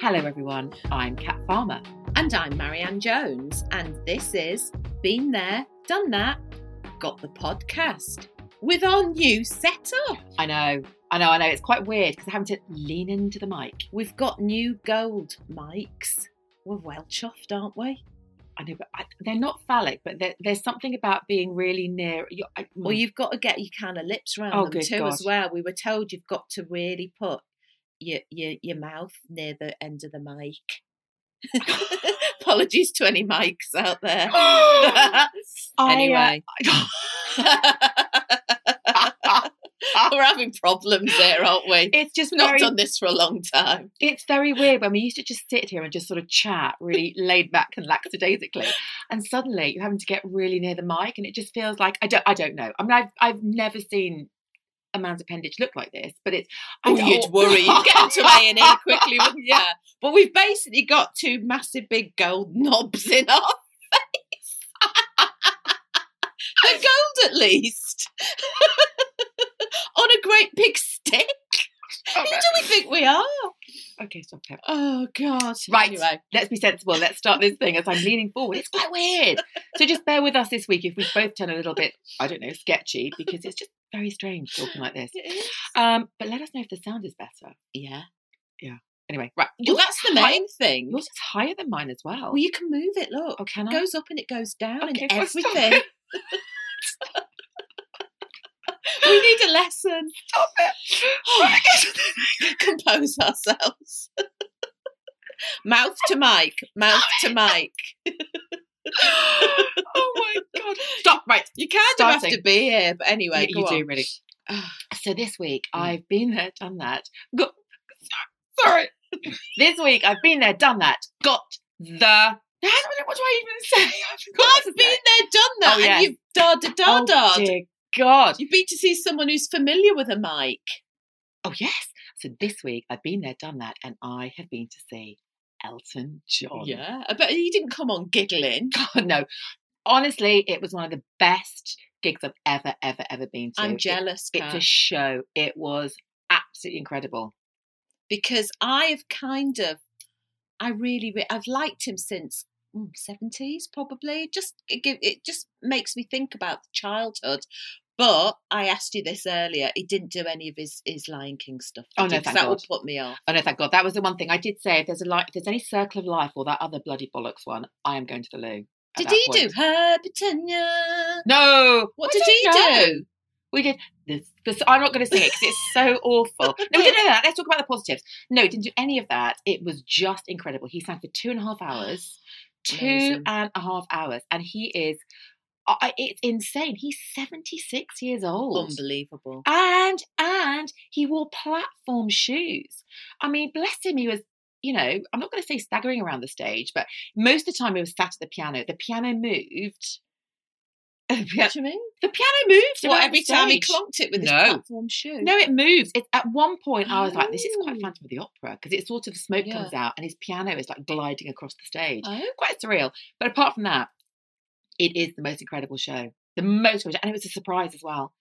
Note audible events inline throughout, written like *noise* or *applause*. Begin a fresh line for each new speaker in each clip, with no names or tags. Hello, everyone. I'm Kat Farmer.
And I'm Marianne Jones, and this is Been There, Done That, Got the Podcast with our new setup.
I know, I know, I know. It's quite weird because I having to lean into the mic.
We've got new gold mics. We're well chuffed, aren't we?
I know, but I, they're not phallic, but there- there's something about being really near. you I,
Well, you've got to get your kind of lips round
Hmm. Oh,
them
good
too,
God.
as well. We were told you've got to really put your your, your mouth near the end of the mic.
*laughs*
*laughs* Apologies to any mics out there.
Oh,
uh, anyway, *laughs* we're having problems here, aren't we?
*laughs* it's just
We've not
very,
done this for a long time.
it's very weird when we used to just sit here and just sort of chat,
*laughs*
really laid back and lackadaisically, and suddenly you're having to get really near the mic, and it just feels like I don't, I don't know. I mean, I've, I've never seen a man's appendage look like this, but it's. I
Oh,
don't- *laughs*
you'd worry. You'd get into A and E quickly, wouldn't you? But we've basically got two massive big gold knobs in our *laughs* face.
*laughs*
They're gold, at least. *laughs* On a great big
*laughs*
stick. Who do we think we are?
Okay, stop it.
Oh God!
Right.
Anyway,
Let's be sensible. Let's start this thing as I'm leaning forward. It's quite weird. So just bear with us this week if we both turn a little bit, I don't know, sketchy because it's just very strange talking like this. Um, but let us know if the sound is better.
yeah.
Anyway, right.
Well, that's the main thing.
Yours is higher than mine as well.
Well, you can move it. Look,
oh, can
it
I? *laughs*
goes up and it goes down,
Okay, *laughs*
and
well, stop
everything. *laughs* we need a lesson. Oh,
Stop it.
*laughs* compose ourselves. *laughs* mouth to mic, mouth to mic.
oh my *laughs* god. Stop. Right.
You kind of have
Starting.
to be here, but anyway,
you you
go
do
on.
really.
Ah.
So this week
Mm.
I've been there, done that. Got sorry. *laughs* this week I've been there, done that. Got the. What do I even *laughs* say? I forgot
I've
what
been
to say.
there, done that,
Oh, yes.
and you've da da da
Oh,
da.
dear God.
You've been to see someone who's familiar with a mic.
Oh, yes. So this week I've been there, done that, and I have been to see Elton John.
Yeah, I bet you didn't come on giggling.
God, *laughs* no. Honestly, it was one of the best gigs I've ever, ever, ever been to.
I'm
It-
jealous,
it's a
Kat,
show. It was absolutely incredible.
because I've kind of, I really, re- I've liked him since mm, seventies, probably. Just it, give- it just makes me think about childhood. But I asked you this earlier. He didn't do any of his his Lion King stuff.
Oh,
did
no,
you? 'Cause
thank
that would
God.
put me off.
Oh no, thank God. That was the one thing I did say. If there's a li if there's any circle of life or that other bloody bollocks one, I am going to the loo. at
Did
that
he
point.
do her Britannia?
No.
What
I
did he
don't know.
do?
We did this. this I'm not going to sing it because it's so
*laughs*
awful. No, we didn't do that. Let's talk about the positives. No, didn't do any of that. It was just incredible. He sang for two and a half hours.
*gasps*
Two
Amazing.
and a half hours, and he is. I- I- It's insane. He's 76 years old.
Unbelievable.
And and he wore platform shoes. I mean, bless him, he was, you know, I'm not going to say staggering around the stage, but most of the time he was sat at the piano. The piano moved. *laughs* The
What
piano,
do you mean?
the piano moved.
What
around
every
the
time he
stage.
clonked it with
No.
his platform shoe?
No, it moves. It, at one point, I was like, "This is quite
Oh.
Phantom of the Opera" because it's sort of smoke
Yeah.
comes out and his piano is like gliding across the stage.
Oh,
Quite surreal. But apart from that, it is the most incredible show. The most, and it was a surprise as well.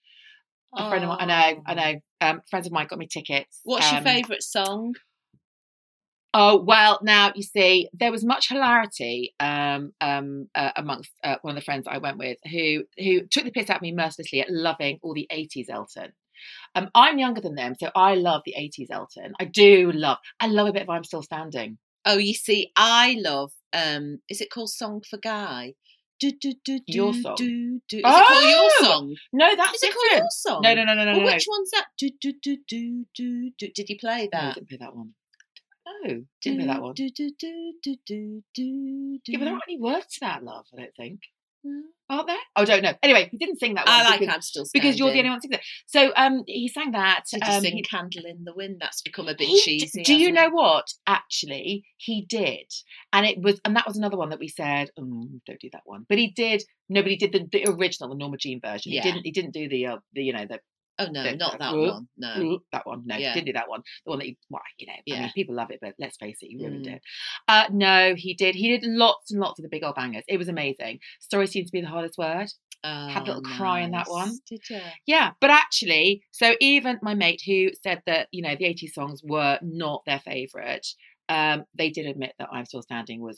A friend of mine, I know,
Oh.
I know. Um, friends of mine got me tickets.
What's your
Um,
favourite song?
Oh well, now you see, there was much hilarity um, um, uh, amongst uh, one of the friends I went with who who took the piss out of me mercilessly at loving all the '80s Elton. Um, I'm younger than them, so I love the '80s Elton. I do love. I love a bit of "I'm Still Standing."
Oh, you see, I love. um Is it called Song for Guy? Do, do, do, do,
Your Song.
Do, do. Is it
Oh!
called Your Song?
No, that's
is it called
different.
Your Song?
No, no, no, no, no.
well,
no,
which one's that? Do, do, do, do, do, do. Did he play
no. No,
that?
didn't play that one. No, didn't play that one.
Do, do, do, do, do, do,
Yeah, but there
do.
aren't any words to that, love. I don't think.
No.
Aren't there? Oh, I don't know. Anyway, he didn't sing that one.
Hmm. I like
because,
I'm still
because you're the only
Standing.
one singing that. So um, he sang that.
Did you
um,
sing
he-
Candle in the Wind? That's become a bit
He d-
cheesy.
Do you
hasn't it?
know what? Actually, he did, and it was, and that was another one that we said, "Mm, don't do that one. But he did. Nobody did the, the original, the Norma Jean version.
Yeah.
He didn't. He didn't do the, uh, the you know, the
Oh no,
Don't know.
not that
Ooh.
one. No.
"Ooh," that one. No, he
Uh, Yeah.
didn't do that one. The one that he, well, you know, I
Yeah.
mean, people love it, but let's face it, he ruined
Mm.
it. Uh, no, he did. He did lots and lots of the big old bangers. It was amazing. Story seems to be the hardest word. Had a little
Oh,
cry in that one.
nice. Did you?
Yeah, but actually, so even my mate who said that you know the 80s songs were not their favorite, um, they did admit that I'm Still Standing was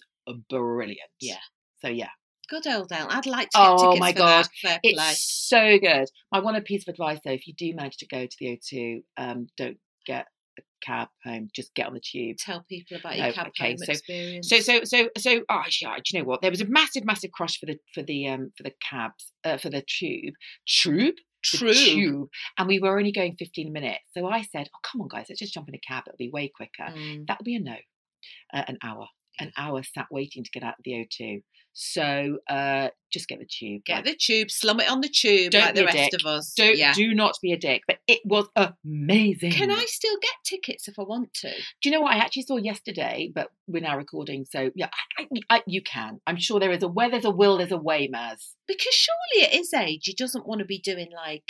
brilliant.
Yeah.
So yeah,
Good old Al. I'd like to get
Oh,
tickets
my
for that.
God.
Fair
it's
play.
so good. My one piece of advice though, if you do manage to go to the O2, um, don't get a cab home. Just get on the tube.
Tell people about
No,
your cab
Oh, okay,
home
so-
experience.
So so so so. Oh, actually, I- do you know what? There was a massive, massive crush for the for the um for the cabs uh, for the tube tube. the
true.
tube, and we were only going 15 minutes. So I said, Oh, come on, guys, let's just jump in a cab. It'll be way quicker.
Mm.
That'll be a no, uh, an hour. An hour sat waiting to get out of the O2. So uh, just get the tube.
Get
like,
the tube. Slum it on the tube
Don't
like
be
the
a
rest
dick.
of us.
don't,
yeah.
Do not be a dick. But it was amazing.
Can I still get tickets if I want to?
Do you know what I actually saw yesterday? But we're now recording, so yeah, I, I, I, you can. I'm sure there is a where there's a will, there's a way, Maz.
Because surely at his age, he doesn't want to be doing like,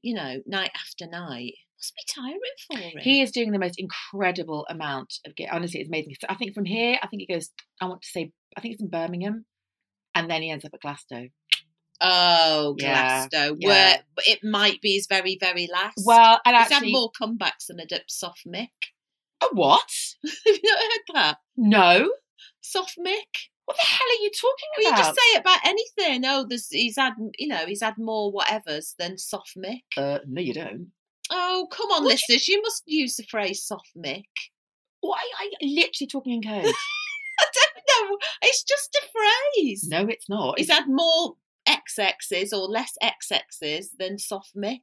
you know, night after night. Must be tiring for him.
He is doing the most incredible amount of get. Honestly, it's amazing. So I think from here, I think he goes. I want to say, I think it's in Birmingham, and then he ends up at Glasgow.
oh,
Yeah,
Glasgow.
yeah.
Where but it might be his very, very last.
Well, and
he's
actually,
had more comebacks than a dip soft Mick.
a what?
*laughs* Have you not heard that?
No.
Soft Mick.
What the hell are you talking
Well, you
about?
just say it about anything. Oh, there's he's had you know he's had more whatever's than soft Mick.
Uh, no, you don't.
Oh, come
What
on,
do you-
listeners, you must use the phrase soft Mick.
Why are you literally talking in code?
*laughs* I don't know. It's just a phrase.
*laughs* no, it's not.
He's
It's-
had more XXs or less XXs than soft Mick.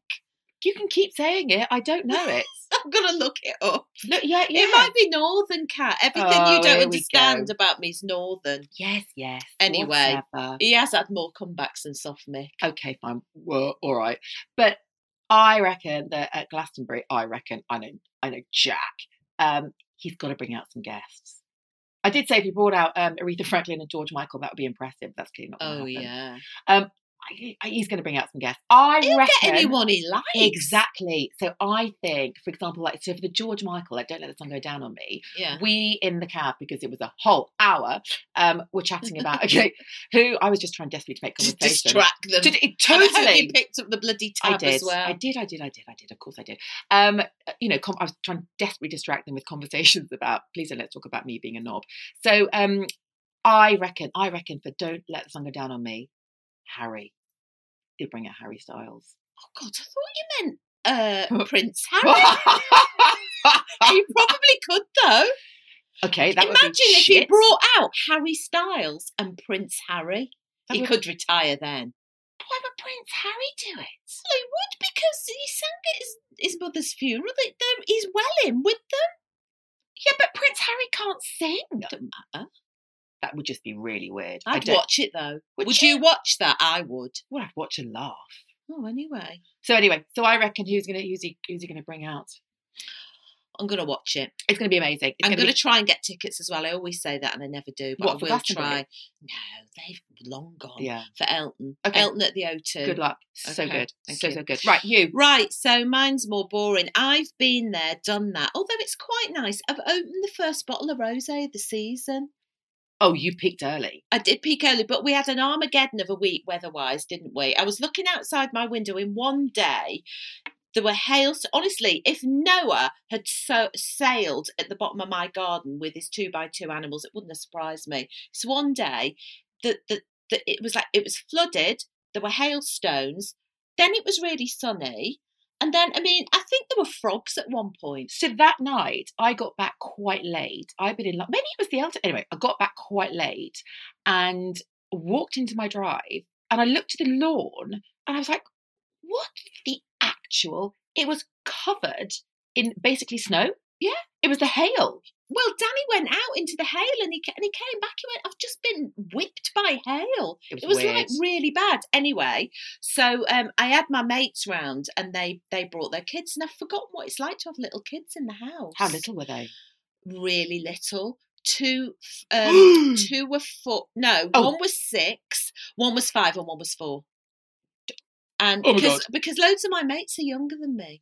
you can keep saying it. I don't know *laughs* it.
*laughs* I'm gonna look it up.
Look, yeah, yeah.
It might be Northern Cat. Everything
Oh,
you don't
here we go.
understand about me is Northern.
Yes, yes.
Anyway.
whatever.
He has had more comebacks than soft Mick.
okay, fine. Well, all right. But I reckon that at Glastonbury, I reckon I know, I know Jack. Um, he's got to bring out some guests. I did say if he brought out um, Aretha Franklin and George Michael, that would be impressive. That's clearly not. gonna
Oh
happen.
yeah.
I- I- he's going to bring out some guests. I
He'll
reckon
get anyone he likes.
Exactly. So I think, for example, like so for the George Michael, like don't let the sun go down on me.
Yeah.
We in the cab because it was a whole hour. Um, were chatting about
*laughs*
okay, who I was just trying desperately to make
To
conversation.
distract them.
To- it-
And *laughs* I hope
totally.
you picked up the bloody tab
I did.
as well.
I did. I did. I did. I did. Of course, I did. Um, uh, you know, com- I was trying to desperately distract them with conversations *laughs* about. Please don't let's talk about me being a knob. So, um, I reckon. I reckon for don't let the sun go down on me, Harry. He'll bring out Harry Styles.
Oh God, I thought you
*laughs*
meant uh, Prince Harry.
okay,
he probably could though.
that would be
Imagine if he
shit.
brought out Harry Styles and Prince Harry.
That
he
would-
could retire then.
Why would Prince Harry do it?
Well, he would because he sang at his, his mother's funeral. They, they're- he's well in with them.
Yeah, but Prince Harry can't sing.
Don't matter.
That would just be really weird. I
I'd
don't-
watch it though.
Would
Would, you? watch that? I would.
Well, I'd watch and laugh.
Oh, anyway,
So anyway, so I reckon who's gonna who's he who's he gonna bring out?
I'm gonna watch it.
It's gonna be amazing. It's
I'm
gonna
going to
be,
try and get tickets as well. I always say that and I never do, but
What,
I
for
will
Glastonbury?
try. No, they've long gone
yeah.
for Elton.
Okay.
Elton at the O2.
Good luck. So
Okay,
good.
thank
So
you.
so good. Right, you.
Right, so mine's more boring. I've been there, done that. Although it's quite nice. I've opened the first bottle of rosé of the season.
Oh, you peaked early.
I did peak early, but we had an Armageddon of a week weather-wise, didn't we? I was looking outside my window in one day. There were hails. Honestly, if Noah had so- sailed at the bottom of my garden with his two by two animals, it wouldn't have surprised me. So one day, that the, the, it was like it was flooded. There were hailstones. Then it was really sunny, And then, I mean, I think there were frogs at one point.
So that night, I got back quite late. I'd been in London. Maybe it was the elder. Anyway, I got back quite late and walked into my drive and I looked at the lawn and I was like, what the actual? It was covered in basically snow. Yeah, it was the hail.
Well, Danny went out into the hail and he ca- and he came back. He went, "I've just been whipped by hail.
It was
It was
weird.
like really bad." Anyway, so um, I had my mates round and they they brought their kids, and I've forgotten what it's like to have little kids in the house.
How little were *gasps* they?
Really little. Two, f- um, two were four. No,
Hmm. Oh.
one was six, one was five, and one was four. And
Oh my
because because loads of my mates are younger than me,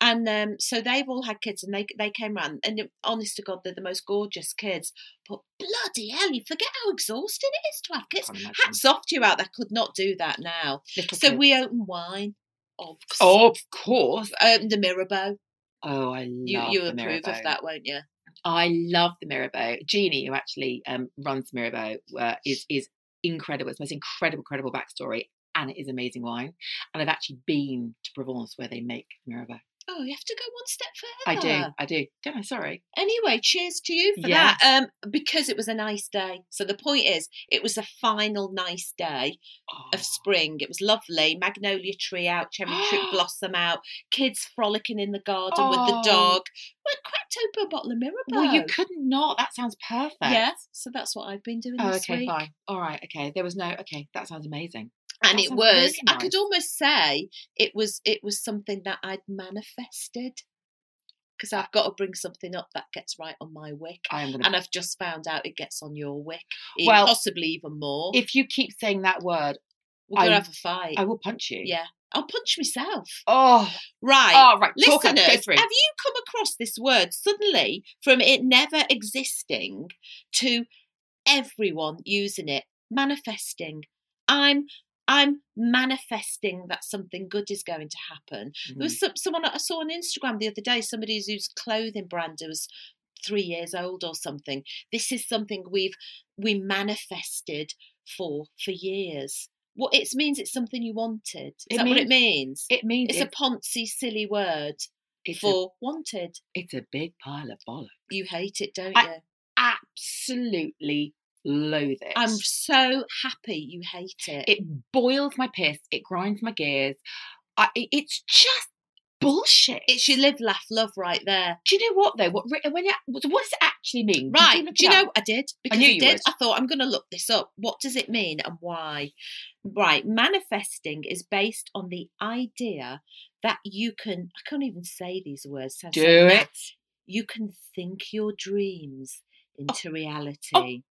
and um, so they've all had kids, and they they came round, and it- honest to God, they're the most gorgeous kids. But bloody hell, you forget how exhausting it is to have kids.
Can't imagine.
Hats off to you out there. Could not do that now.
Little
so
kids.
we open wine. Of
Oh, of course.
Um, the Mirabeau.
Oh, I love
You, you
the
approve
Mirabeau.
of that, won't you?
I love the Mirabeau. Jeannie, who actually um, runs Mirabeau, uh, is is incredible. It's the most incredible, incredible backstory, and it is amazing wine. And I've actually been to Provence where they make Mirabeau.
Oh, you have to go one step
I
further.
do, I do. Don't I? Sorry.
anyway, cheers to you for that. Um, because it was a nice day. So the point is, it was a final nice day
Oh.
of spring. It was lovely. Magnolia tree out, cherry tree
*gasps*
blossom out, kids frolicking in the garden with
Oh.
the dog. We cracked open a bottle of Mirabeau.
Well, you could not. That sounds perfect.
Yeah, so that's what I've been doing
Oh,
this
okay,
week.
fine. All right, okay. There was no. Okay, that sounds amazing.
And
That
it
sounds
was
really
I
nice.
could almost say it was it was something that I'd manifested. Because I've got to bring something up that gets right on my wick.
I am gonna.
and I've just found out it gets on your wick. e-
Well,
possibly even more.
if you keep saying that word,
We're gonna
I-
have a fight.
I will punch you.
yeah, I'll punch myself.
Oh.
Right.
Oh, right. Talk up,
Listeners,
go
have
through.
you come across this word suddenly from it never existing to everyone using it? Manifesting. I'm I'm manifesting that something good is going to happen. There
Mm.
was some, someone I saw on Instagram the other day, somebody whose- whose clothing brand was three years old or something. This is something we've we manifested for for years. What it means it's something you wanted. Is
It
that what it
means-
means?
Mm-hmm. It means
it's a Ponzi silly word
it's a,
for wanted.
it's a big pile of bollocks.
You hate it, don't
I-
you?
Absolutely loathe it.
I'm so happy you hate it.
it boils my piss. It grinds my gears. I, it- it's just bullshit.
it's your live, laugh, love right there.
Do you know what though? What re- when it, what does it actually mean? Did
Right.
look
Do you
it up?
know I did? Because
knew
I,
you
did.
would.
I thought I'm gonna look this up. What does it mean and why? Right, manifesting is based on the idea that you can I can't even say these words. sounds so
Do
mad.
it.
You can think your dreams into reality.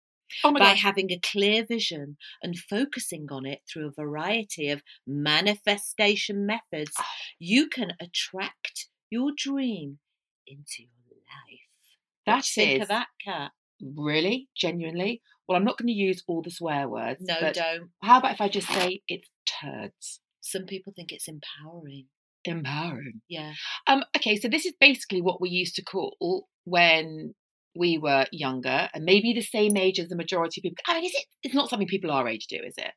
Oh my
by
god.
having a clear vision and focusing on it through a variety of manifestation methods,
Oh.
you can attract your dream into your life. What
That
do you think
is-
of that cat.
Really? Genuinely? Well, I'm not going to use all the swear words.
No,
but
don't.
How about if I just say it's turds?
Some people think it's empowering.
Empowering.
Yeah.
Um, okay, so this is basically what we used to call when we were younger and maybe the same age as the majority of people. I mean, is it? It's not something people our age do, is it?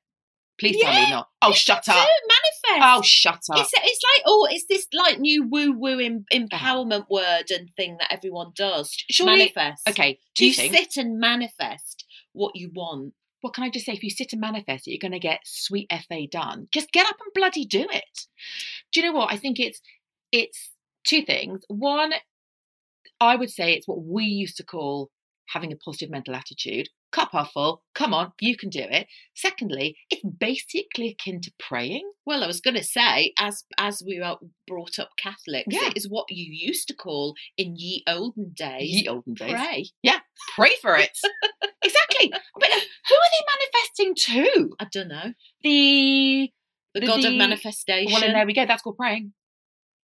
Please tell me
Yeah,
not. Oh,
It's
shut
a
up.
term,
Oh,
manifest.
shut up.
it's, it's like oh, it's this like new woo woo em- empowerment word and thing that everyone does.
surely-
manifest.
okay,
Do
two
you
things.
sit and manifest what you want?
what can I just say? If you sit and manifest it, you're going to get sweet FA done. Just get up and bloody do it. Do you know what? I think it's it's two things. One, I would say it's what we used to call having a positive mental attitude. Cup half full. Come on, you can do it. Secondly, it's basically akin to praying.
Well, I was going to say, as as we were brought up Catholics,
Yeah.
it is what you used to call in ye olden days
Ye olden days.
pray.
Pray for it. exactly. But uh, who are they manifesting to?
I don't know
The
the,
The-
god of
the-
manifestation.
Well, and there we go. That's called praying.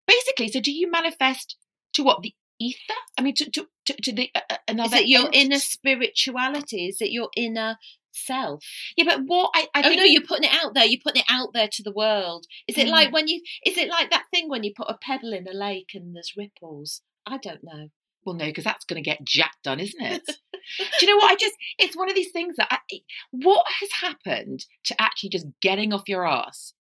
Basically, so do you manifest to what the ether? I mean, to to to, to the uh, uh,
is
another.
it your
entity?
inner spirituality? Is it your inner self?
Yeah, but what I, I
oh
think
no, you're putting it out there. You're putting it out there to the world. Is it like
Mm.
when you? Is it like that thing when you put a pebble in a lake and there's ripples? I don't know.
well, no, because that's going to get jack done, isn't it?
*laughs*
do you know what? I just it's one of these things that I, what has happened to actually just getting off your ass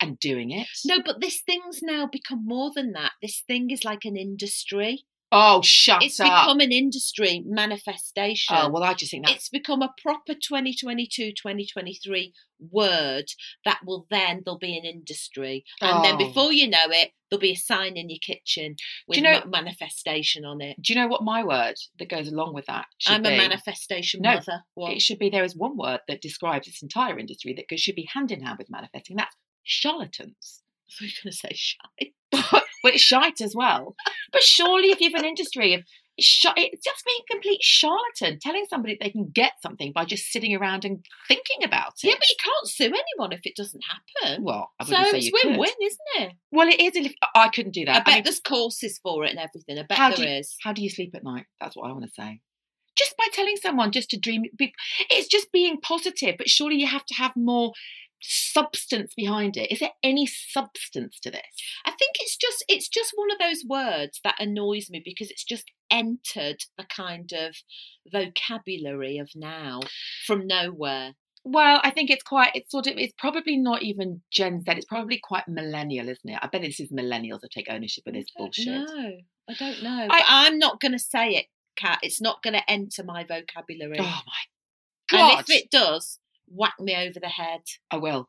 and doing it.
No, but this thing's now become more than that. This thing is like an industry.
Oh, shut
it's
up.
become an industry manifestation.
oh, well, I just think that's
it's become a proper 2022 2023 word that will then there'll be an industry and
Oh.
then before you know it there'll be a sign in your kitchen with
you know-
ma- manifestation on it
Do you know what my word that goes along with that? should
i'm
be?
a manifestation
No,
mother What?
It should be there is one word that describes this entire industry that go- should be hand in hand with manifesting. That's charlatans. *laughs*
we're going to say shy
but it's shite as well. But surely, if you have an industry of shi- it's just being a complete charlatan, telling somebody they can get something by just sitting around and thinking about it.
yeah but you can't sue anyone if it doesn't happen
well, I
so
wouldn't say
it's
you
win-win
could.
isn't it
Well, it is. If, I couldn't do that.
i bet
mean,
there's courses for it and everything i bet
How
there is.
do you- How do you sleep at night? That's what I want to say. Just by telling someone just to dream, be, it's just being positive, but surely you have to have more substance behind it. Is there any substance to this?
I think it's just it's just one of those words that annoys me because it's just entered the kind of vocabulary of now from nowhere.
Well, I think it's quite, it's sort of, it's probably not even Gen Z, it's probably quite millennial, isn't it? I bet this is millennials that take ownership of this bullshit.
No, I don't know.
I-
I, I'm not going to say it, Kat. It's not going to enter my vocabulary.
Oh my God.
And if it does, whack me over the head
I will.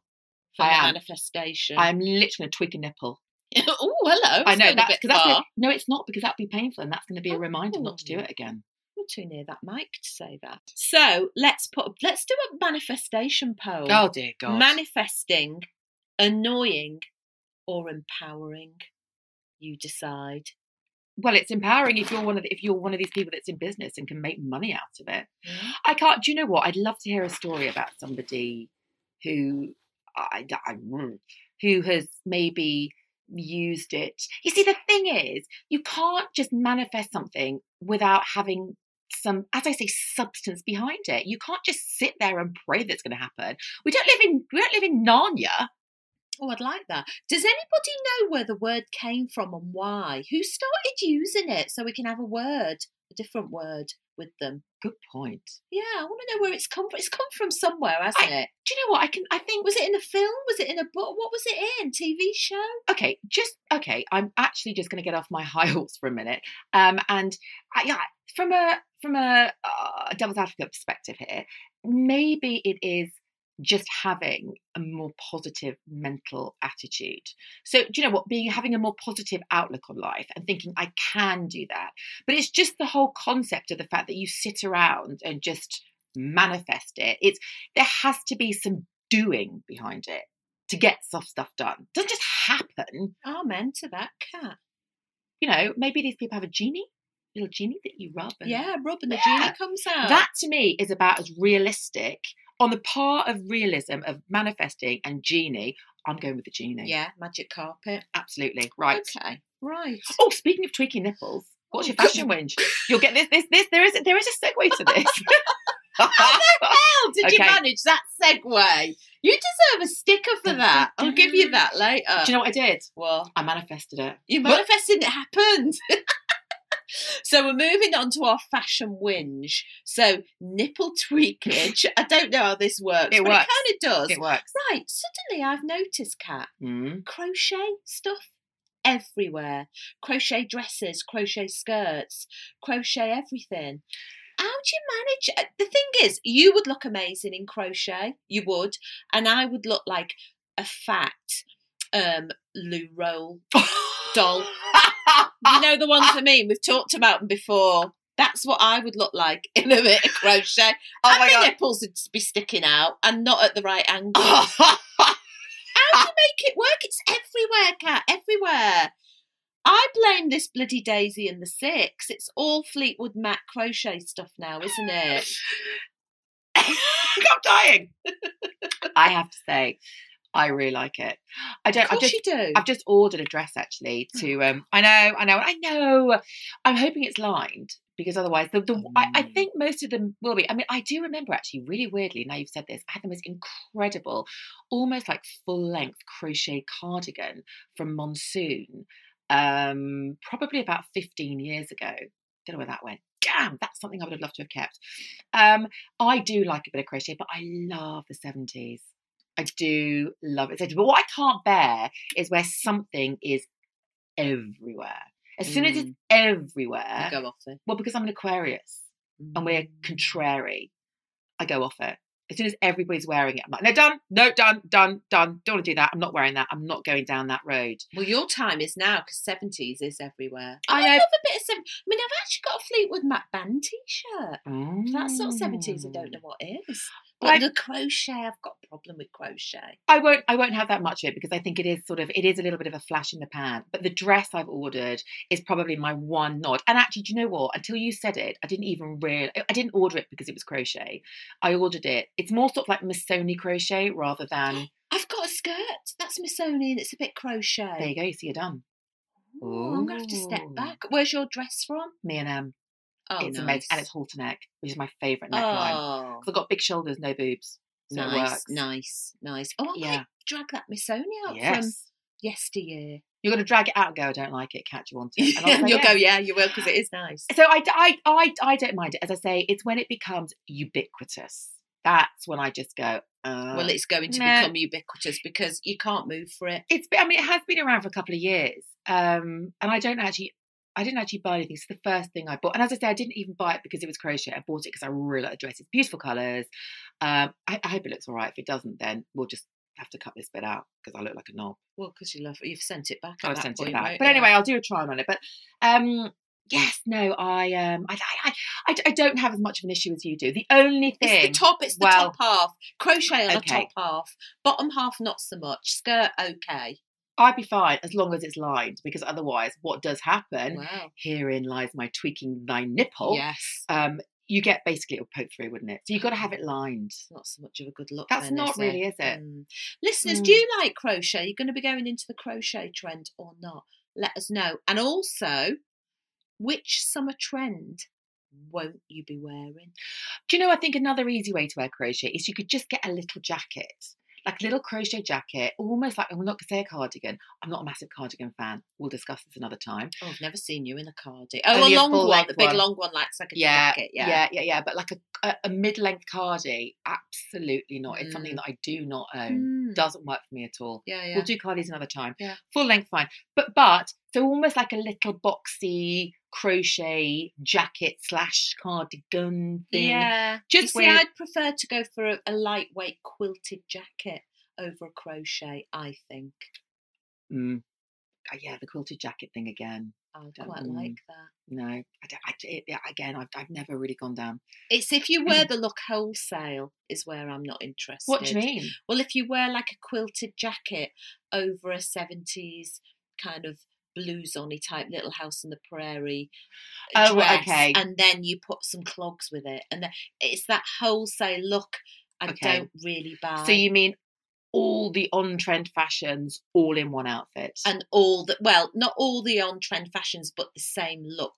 for
I
the
am.
manifestation. *laughs*
I'm literally going to tweak a nipple.
oh, hello.
I know that's
that's a bit
because that's gonna-
far.
no, it's not because that'd be painful, and that's going to be a reminder not to do
Oh.
it again.
You're too near that mic to say that. So let's put let's do a manifestation poem.
Oh dear God!
manifesting, annoying, or empowering. You decide.
well it's empowering if you're one of the, if you're one of these people that's in business and can make money out of it i can't do you know what i'd love to hear a story about somebody who i, I mm, who has maybe used it you see the thing is you can't just manifest something without having some as i say substance behind it you can't just sit there and pray that's going to happen we don't live in we don't live in narnia
Oh, I'd like that. Does anybody know where the word came from and why? Who started using it so we can have a word, a different word with them?
good point
Yeah, I want to know where it's come from. It's come from somewhere, hasn't it?
do you know what i can i think
Was it in a film? Was it in a book? What was it in? TV show?
okay just okay i'm actually just going to get off my *laughs* high horse for a minute um and I, yeah from a from a uh, devil's advocate perspective here maybe it is just having a more positive mental attitude so do you know what being having a more positive outlook on life and thinking i can do that but it's just the whole concept of the fact that you sit around and just manifest it it's there has to be some doing behind it to get soft stuff done. doesn't just happen.
Amen Oh, to that cat.
You know, maybe these people have a genie, little genie that you rub. And
Yeah, Rob and the
Yeah.
genie comes out.
That to me is about as realistic on the part of realism of manifesting and genie. I'm going with the genie.
yeah, magic carpet.
Absolutely. Right.
Okay, right.
Oh, speaking of tweaky nipples, what's
Oh,
your fashion whinge? You'll get this, this, this. There is, there is a segue
*laughs*
to this.
hell did you
Okay.
manage that segue? You deserve a sticker for that. I'll give you that later.
Do you know what I did?
well,
I manifested it.
you
What?
manifested it happened. *laughs* so we're moving on to our fashion whinge. So nipple tweakage. I don't know how this works,
It
but
works.
it kind of does.
It
*laughs*
works.
Right, suddenly I've noticed, Kat,
Mm.
crochet stuff everywhere. Crochet dresses, crochet skirts, crochet everything. How do you manage? uh, The thing is, you would look amazing in crochet, you would, and I would look like a fat um loo roll
*laughs*
doll. You know the ones I mean. We've talked about them before. That's what I would look like *laughs* in a bit of crochet.
Oh
and
my
my
God.
nipples would be sticking out and not at the right angle. How
oh
do you make it work? It's everywhere, cat. Everywhere. I blame this bloody Daisy and the Six. It's all Fleetwood Mac crochet stuff now, isn't it? *laughs*
I'm dying. I have to say, I really like it. I
Of
don't. I've
course
just,
you do. Oh.
I've just ordered a dress actually to. Um, I know, I know, I know. I'm hoping it's lined because otherwise, the, the I, I
Mm.
think most of them will be. I mean, I do remember actually really weirdly. Now you've said this, I had the most incredible, almost like full length crochet cardigan from Monsoon, um, probably about 15 years ago. Don't know where that went. Damn, that's something I would have loved to have kept. Um, I do like a bit of crochet, but I love the 70s. I do love it. But what I can't bear is where something is everywhere. As soon as it's everywhere,
I go off Mm. it.
well, because I'm an Aquarius and we're contrary, I go off it. As soon as everybody's wearing it, I'm like, no, done, no, done, done, done. Don't want to do that. I'm not wearing that. I'm not going down that road.
Well, your time is now because seventies is everywhere.
I
I,
know.
love a bit of seven. I mean, I've actually got a Fleetwood Mac band T-shirt. That's not seventies. I don't know what is. But
I-
the crochet, I've got a problem with crochet.
I won't. I won't have that much of it because I think it is sort of. It is a little bit of a flash in the pan. But the dress I've ordered is probably my one nod. And actually, do you know what? Until you said it, I didn't even real. I didn't order it because it was crochet. I ordered it. It's more sort of like Missoni crochet rather than.
I've got a skirt that's Missonian. It's a bit crochet.
There you go. You see, you're done.
Ooh, Oh, I'm gonna have to step
Ooh.
back. Where's your dress from?
Me and M.
Oh,
it's
nice.
amazing, and it's halter neck, which is my favourite neckline.
oh,
'Cause I've got big shoulders, no boobs. So it
nice, um,
works.
nice, nice. Oh, I
Yeah.
might drag that Missoni out from
Yes.
yesterday.
You're going to drag it out and go, I don't like it, catch
*laughs*
you want it. *laughs* And I'll say
You'll
yes.
go, yeah, you
*gasps*
will, because it is nice.
So I, I, I, I don't mind it. As I say, it's when it becomes ubiquitous. That's when I just go, uh,
well, it's going to
nah.
become ubiquitous because you can't move for it.
it's been, I mean, it has been around for a couple of years. Um, and I don't actually, I didn't actually buy anything. It's the first thing I bought. And as I say, I didn't even buy it because it was crochet. I bought it because I really like the dress. It's beautiful colours. Um, I, I hope it looks all right. If it doesn't, then we'll just have to cut this bit out because I look like a knob.
Well, because you love you've sent it back.
I
at
was
that
sent
point,
it back.
right?
But
Yeah.
anyway, I'll do a try on it. But um, yes, no, I um, I, I, I, I don't have as much of an issue as you do. The only thing,
it's the top. It's the
well-
top half. Crochet on
Okay.
the top half. Bottom half, not so much. Skirt, okay.
I'd be fine as long as it's lined, because otherwise, what does happen?
Wow.
Herein lies my tweaking thy nipple.
Yes.
Um, you get basically it'll poke through, wouldn't it? So you've got to
Mm.
have it lined.
It's not so much of a good look.
That's
then,
not
is
really,
it?
is it?
Mm. Listeners,
Mm.
do you like crochet? You're going to be going into the crochet trend or not? Let us know. And also, which summer trend won't you be wearing?
Do you know? I think another easy way to wear crochet is you could just get a little jacket, like a little crochet jacket, almost like I'm not going to say a cardigan. I'm not a massive cardigan fan. We'll discuss this another time.
Oh, I've never seen you in a cardi. Oh,
Only a
a long one,
full-length
the big
one.
long one, like, it's like a
yeah,
jacket.
yeah,
Yeah.
yeah, yeah, But like a, a, a mid-length cardi, absolutely not. It's something
Mm.
that I do not own.
Mm.
Doesn't work for me at all.
yeah, yeah.
We'll do cardis another time.
Yeah.
Full length, fine. But but so almost like a little boxy crochet jacket slash cardigan thing.
Yeah.
Just
you see,
where-
I'd prefer to go for a, a lightweight quilted jacket over a crochet. I think
Mm. Uh, yeah, the quilted jacket thing again.
I would
Don't-
quite
mm.
like that.
No, I, don't- I it, yeah, again, I've, I've never really gone down.
It's if you wear the look wholesale is where I'm not interested.
Mm. What do you mean?
Well, if you wear like a quilted jacket over a seventies kind of blues on type little house on the prairie uh,
Oh,
dress,
okay.
and then you put some clogs with it and then it's that wholesale look I
Okay.
don't really buy
So you mean all the on-trend fashions all in one outfit?
and all the well not all the on trend fashions but the same look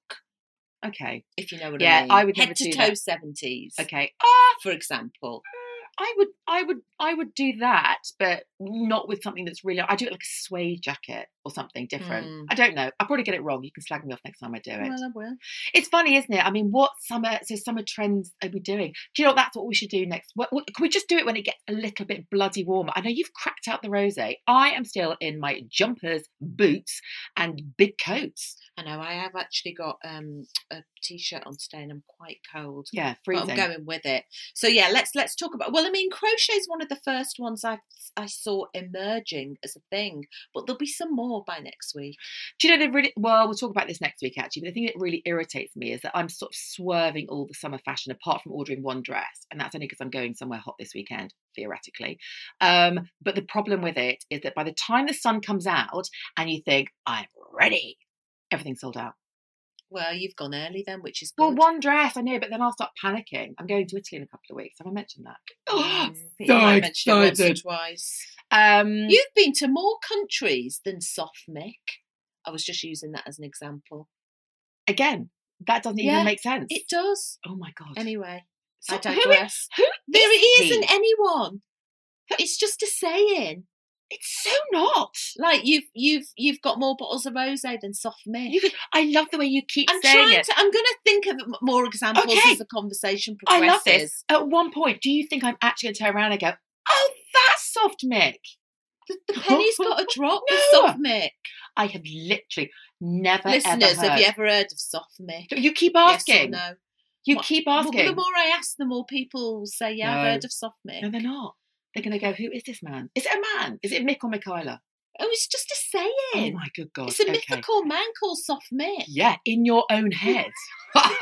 okay,
if you know what
Yeah,
I mean
I would
head
never
to
do
toe
that.
70s
okay. Ah,
for example
I would, I would, I would do that, but not with something that's really. I do it like a suede jacket or something different.
Mm.
I don't know. I probably get it wrong. You can slag me off next time I do it.
well uh I will
It's funny, isn't it? I mean, what summer? So summer trends are we doing? Do you know what, that's what we should do next? What, what, can we just do it when it gets a little bit bloody warmer? I know you've cracked out the rosé. I am still in my jumpers, boots, and big coats.
I know I have actually got um a t-shirt on today and I'm quite cold
Yeah,
but
freezing.
I'm going with it. So yeah, let's let's talk about. Well, I mean, crochet is one of the first ones I I saw emerging as a thing, but there'll be some more by next week.
Do you know the really well? We'll talk about this next week actually. But the thing that really irritates me is that I'm sort of swerving all the summer fashion, apart from ordering one dress, and that's only because I'm going somewhere hot this weekend, theoretically. Um, but the problem with it is that by the time the sun comes out and you think I'm ready, everything's sold out.
Well, you've gone early then, which is good.
Well, one dress, I know, but then I'll start panicking. I'm going to Italy in a couple of weeks. Have I mentioned that? *gasps*
Mm, but you might mention it once or
excited.
twice.
um,
You've been to more countries than Soft Mick. I was just using that as an example.
again, that doesn't
Yeah,
even make sense.
It does.
oh my god!
Anyway,
So who
I
i-
digress.
who
There
is he?
isn't anyone. It's just a saying.
It's so not.
Like you've you've you've got more bottles of rosé than soft milk.
You could, I love the way you keep
I'm
saying
trying
it.
to. I'm going to think of m- more examples
Okay.
as the conversation
I
progresses.
love this. At one point, do you think I'm actually going to turn around and go, Oh, that's soft Mick.
The, the penny's got a drop
*laughs*
with soft mick.
I have literally never
Listeners,
ever heard.
have you ever heard of soft mick?
You keep
Yes or
asking.
no?
You
What-
keep
Well,
asking.
the more I ask, the more people say, "Yeah, I've
No.
heard of soft mick."
No, they're not. They're going to go, who is this man? Is it a man? Is it Mick or Michaela?
Oh, it's just a
Oh
saying.
my good God.
it's a
okay.
mythical man called soft mick.
Yeah, in your own
*laughs*
head.
Maybe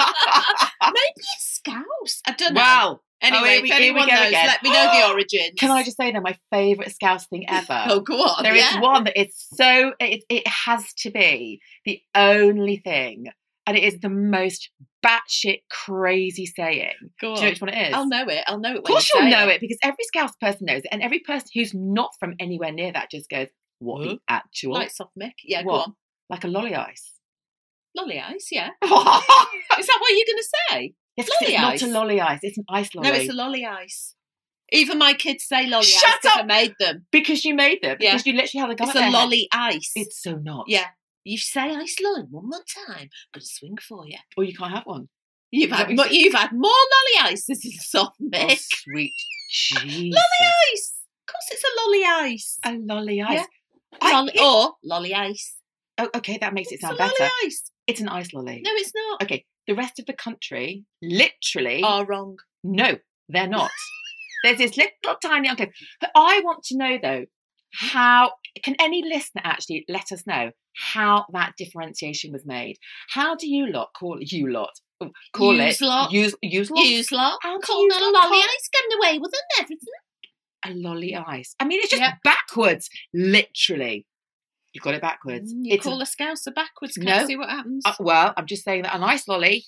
a scouse. I don't know.
wow.
Anyway,
Oh, here we-
if
here we
anyone
go
knows,
again.
let me know
*gasps*
the origins.
Can I just say they're my favourite Scouse thing ever?
Oh, go on.
There is
yeah.
one that is so it, it has to be the only thing, and it is the most batshit crazy saying. Do
Go on.
you know which one it is?
I'll know it. I'll know it.
Of course,
when
you'll
you say
know it because every Scouse person knows it, and every person who's not from anywhere near that just goes, "What the actual?"
Like soft mick. Yeah, go
What?
on.
Like a lolly ice.
*laughs* Lolly ice. Yeah.
yes,
Is that what you're going to say?
'cause
Lolly
it's
ice?
not a lolly ice; it's an ice lolly.
No, it's a lolly ice. Even my kids say lolly
Shut
ice 'cause I
up!
made them.
because you made them.
Yeah.
Because you literally had a guy.
It's a lolly ice.
It's so not.
yeah. You say ice lolly one more time, I'm gonna swing for you.
Or you can't have
*laughs*
one. Is
You've
that
had
what
mo- you've had more lolly ice. This is soft
Oh,
mick
sweet Jesus.
ice. Of course, it's a lolly ice.
A lolly ice. I-
Lolly,
it-
or lolly ice.
Oh, okay, that makes it
It's
sound
a lolly
better.
ice.
It's an ice lolly.
No, it's not.
Okay, the rest of the country, literally,
Are wrong.
no, they're not. There's this little tiny enclave. But I want to know though, how can any listener actually let us know how that differentiation was made? How do you lot call you lot oh, call
Use
it
lot.
use use lot
Use lot.
How do
Call
you
that a
lot
lolly
call-
ice getting away with them everything.
a lolly ice? I mean, it's just
Yeah.
backwards, literally. You got it backwards.
Mm, You
it's
call a scouse a backwards. Can't
No.
see what happens.
Uh, well, I'm just saying that an ice lolly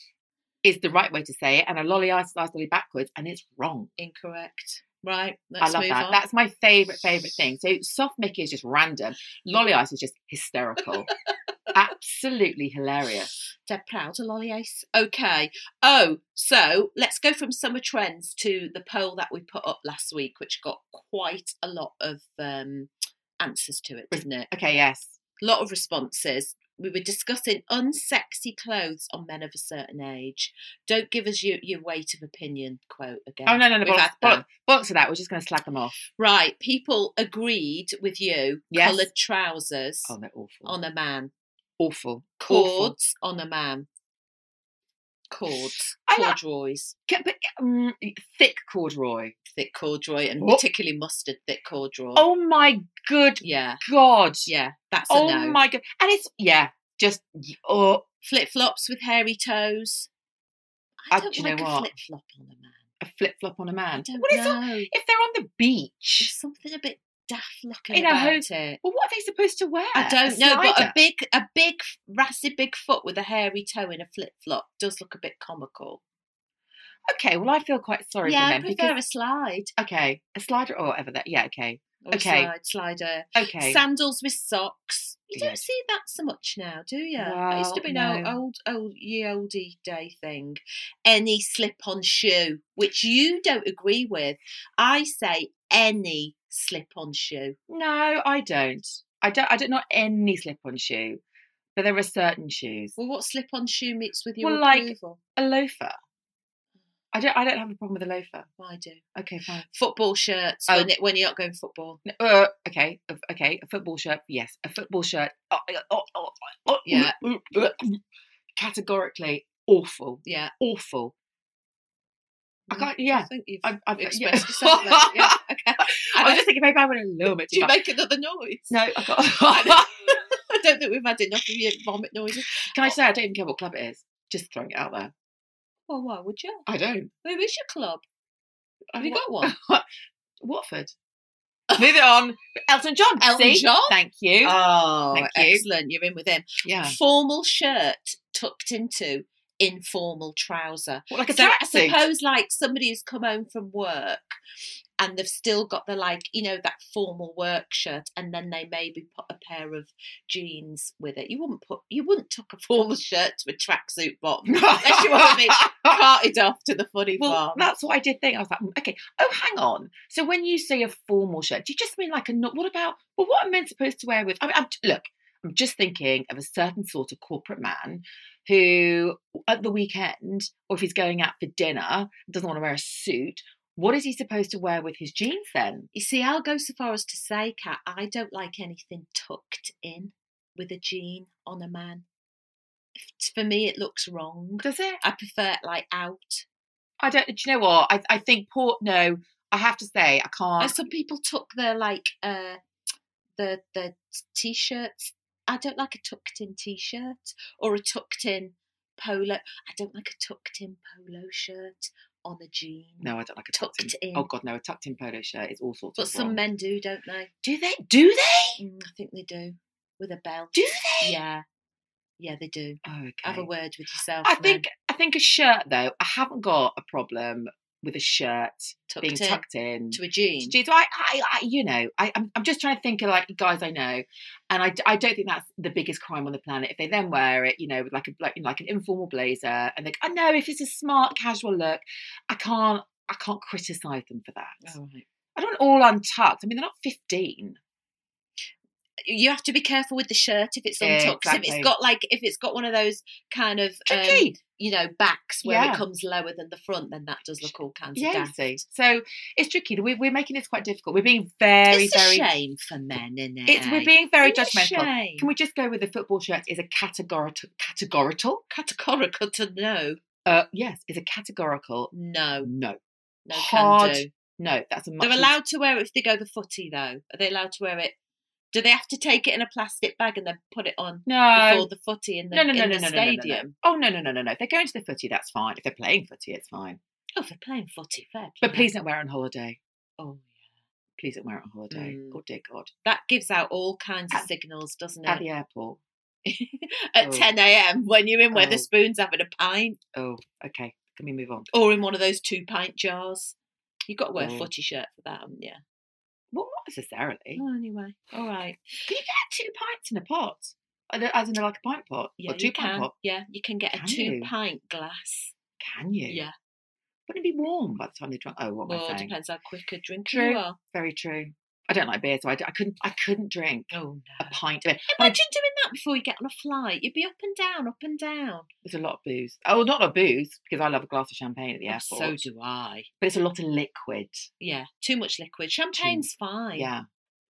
is the right way to say it, and a lolly ice is ice lolly backwards, and it's wrong.
Incorrect. Right. Let's
I love
move
that.
on.
That's my favourite, favourite thing. So soft Mickey is just random. Lolly ice is just hysterical. Absolutely hilarious.
They're proud of lolly ice. Okay. Oh, so let's go from summer trends to the poll that we put up last week, which got quite a lot of um, answers to it, didn't it?
Okay, yes.
lot of responses. We were discussing unsexy clothes on men of a certain age. Don't give us your, your weight of opinion quote again.
Oh no, no, no.
We've
Bollocks,
had
bollocks,
that.
bollocks to that. We're just going to slag them off.
Right, people agreed with you.
Yes.
Coloured trousers
Oh, they're awful.
on a man.
awful. Awful.
Cords on a man. Cords.
I like-
Corduroys.
Ca- But, um, thick corduroy.
thick corduroy and
Oh.
particularly mustard thick corduroy.
Oh my good
Yeah,
god.
yeah, that's
oh
a no.
my god. And it's yeah, just oh,
Flip flops with hairy toes.
Uh,
I don't
do you
like
know
a
what?
flip flop on a man.
a flip flop on a man.
I don't
What is that?
know.
if they're on the
There's
beach,
something a bit daft looking
In a
about
ho-
it.
well, what are they supposed to wear?
I
A
don't know, but a
slider?
big, a big, rassy big foot with a hairy toe in a flip flop does look a bit comical.
okay, well, I feel quite sorry
uh,
for
yeah, I
them
prefer
because
a slide.
okay, a slider or whatever that. Yeah, okay,
Or a
Okay.
slide, slider.
okay.
Sandals with socks. You
Yeah.
don't see that so much now, do you? that used to
Well,
be an
no.
old, old, old ye olde day thing. Any slip-on shoe, which you don't agree with, I say any slip-on shoe.
no, I don't. I don't. I don't know any slip-on shoe, but there are certain shoes.
Well, what slip-on shoe meets with your
Well, like-
approval?
A loafer. I don't. I don't have a problem with a loafer.
Well, I do.
Okay, fine.
Football shirts
Oh.
when it, when you're not going football.
N- Uh, okay, uh, okay. A football shirt, yes. A football shirt. Oh, uh, oh, oh, oh,
Yeah.
Categorically awful,
Yeah.
awful. I
Mm,
can't. Yeah,
I think you've
I've, I've yeah. *laughs*
expressed yourself. there. Yeah. Okay.
I
And
was
I-
just
*laughs*
thinking maybe I went a little bit
do
too
you
far.
make another noise?
No, *laughs* I got.
*laughs* I don't think we've had enough of your vomit noises.
Can I say I don't even care what club it is? Just throwing it out there.
Well, why would you?
I don't.
Who is your club?
I
Have you
wa-
got
*laughs*
one?
Watford. Move it on. *laughs* Elton John.
Elton
see?
John?
Thank you.
Oh,
Thank you.
excellent. You're in with him.
yeah.
Formal shirt tucked into informal trouser.
What, like a
So
tracksuit. *laughs*
suppose like somebody has come home from work and they've still got the like, you know, that formal work shirt and then they maybe put a pair of jeans with it. You wouldn't put you wouldn't tuck a formal *laughs* shirt to a tracksuit bottom. Unless you want
*laughs*
to be carted off to the funny
Well,
farm.
that's what I did think. I was like, "Mm, okay, oh, hang on. So when you say a formal shirt, do you just mean like a not? What about, well, what are men supposed to wear with? I mean, I'm, look, I'm just thinking of a certain sort of corporate man who, at the weekend, or if he's going out for dinner, doesn't want to wear a suit, What is he supposed to wear with his jeans then?
You see, I'll go so far as to say, Kat, I don't like anything tucked in with a jean on a man. If- For me, it looks wrong.
Does it?
I prefer it like out.
I don't. Do you know what? I, I think Port. No, I have to say I
And
can't.
Uh, some people tuck their like uh the the t-shirts. I don't like a tucked in t-shirt or a tucked in polo. I don't like a tucked in polo shirt on a jean.
No, I don't like a tucked,
Tucked
in.
in.
Oh God, no! A tucked in polo shirt is all sorts
But
of.
some
wrong.
men do, don't they?
do they? Do they?
Mm, I think they do with a belt.
Do they?
Yeah, yeah, they do.
Oh, okay.
Have a word with yourself.
I
men.
think I think a shirt though. I haven't got a problem with a shirt
tucked
being
in
tucked in.
to a jean.
Jeez, I, I, I, you know, I, I'm, I'm just trying to think of like guys I know, and I, d- I don't think that's the biggest crime on the planet if they then wear it, you know, with like a like, you know, like an informal blazer, and they, I know if it's a smart casual look, I can't, I can't criticize them for that.
Oh, right.
I don't want all untucked. I mean, they're not 15.
You have to be careful with the shirt if it's
Yeah,
untucked. 'cause If
exactly.
it's got like if it's got one of those kind of um,
Tricky.
you know, backs where
Yeah.
it comes lower than the front, then that does look all kinds
yeah,
of
you see.
daft.
So it's tricky. We, we're making this quite difficult. We're being very,
it's
very.
a shame for men, isn't it?
It's, we're being very
It's a
judgmental.
shame.
Can we just go with the football shirt is a categorical, categorical?
categorical to no,
Uh, yes, is a categorical
no,
no.
no
Hard
can do.
No, that's a much.
They're allowed to wear it if they go the footy, though. Are they allowed to wear it? Do they have to take it in a plastic bag and then put it on
No.
before the footy in the,
No, no, no,
in
no,
the
no, no, no,
stadium?
no, no. Oh no, no, no, no, no. If They're going to the footy. That's fine. If they're playing footy, it's fine.
Oh, if they're playing footy, fair.
But
play.
please don't wear it on holiday.
Oh,
Please don't wear it on holiday.
Mm.
Oh dear God.
that gives out all kinds of
At-
signals, doesn't
At
it?
the airport.
*laughs* At
Oh.
10 a.m. when you're in
Oh.
Wetherspoons having a pint
Oh, okay. Can we move on?
or in one of those two pint jars. You've got to wear
Oh.
a footy shirt for that, haven't you?
Well, not necessarily. Can
Well, anyway, all right.
you get two pints in a pot? As in- As in, like a pint pot?
Yeah,
or two
you
pint
can.
pot?
Yeah, you can get
Can
a two
you?
pint glass.
Can you?
Yeah.
Wouldn't it be warm by the time they drunk? Oh, what am
Well,
I
it
saying?
depends how quick a drinker
True.
you are.
Very true. I don't like beer, so I, d- I couldn't. I couldn't drink
Oh
a
no!
pint of it. But I
Imagine
*laughs*
doing that before you get on a flight. You'd be up and down, up and down.
There's a lot of booze. Oh, not a lot of booze because I love a glass of champagne at the
Oh,
airport.
so do I.
but it's a lot of liquid.
Yeah, too much liquid. Champagne's fine.
Yeah.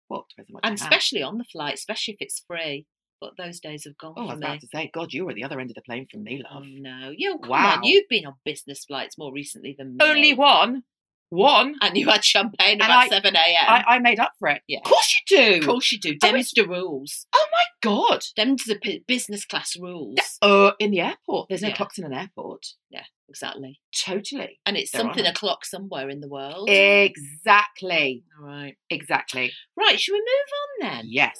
What? depends on what you
and
have.
especially on the flight, especially if it's free. But those days have gone
Oh, I
for
was
me.
about to say, God, you were at the other end of the plane from me,
Oh
love.
no! You come
Wow.
on. You've been on business flights more recently than me. eh?
Only one. One.
And you had champagne
And
about
I-
seven a.m.
I, I made up for it.
Yeah.
Of course you do.
of course you do.
I
Them's the rules.
Oh my God.
Them's the p- business class rules.
Uh, in the airport. There's no
Yeah.
clocks in an airport.
Exactly.
Totally.
And it's
There
something
aren't.
o'clock somewhere in the world.
Eh Exactly.
All right.
Exactly.
Right. Should we move on then?
Yes.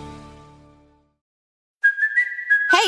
Hey,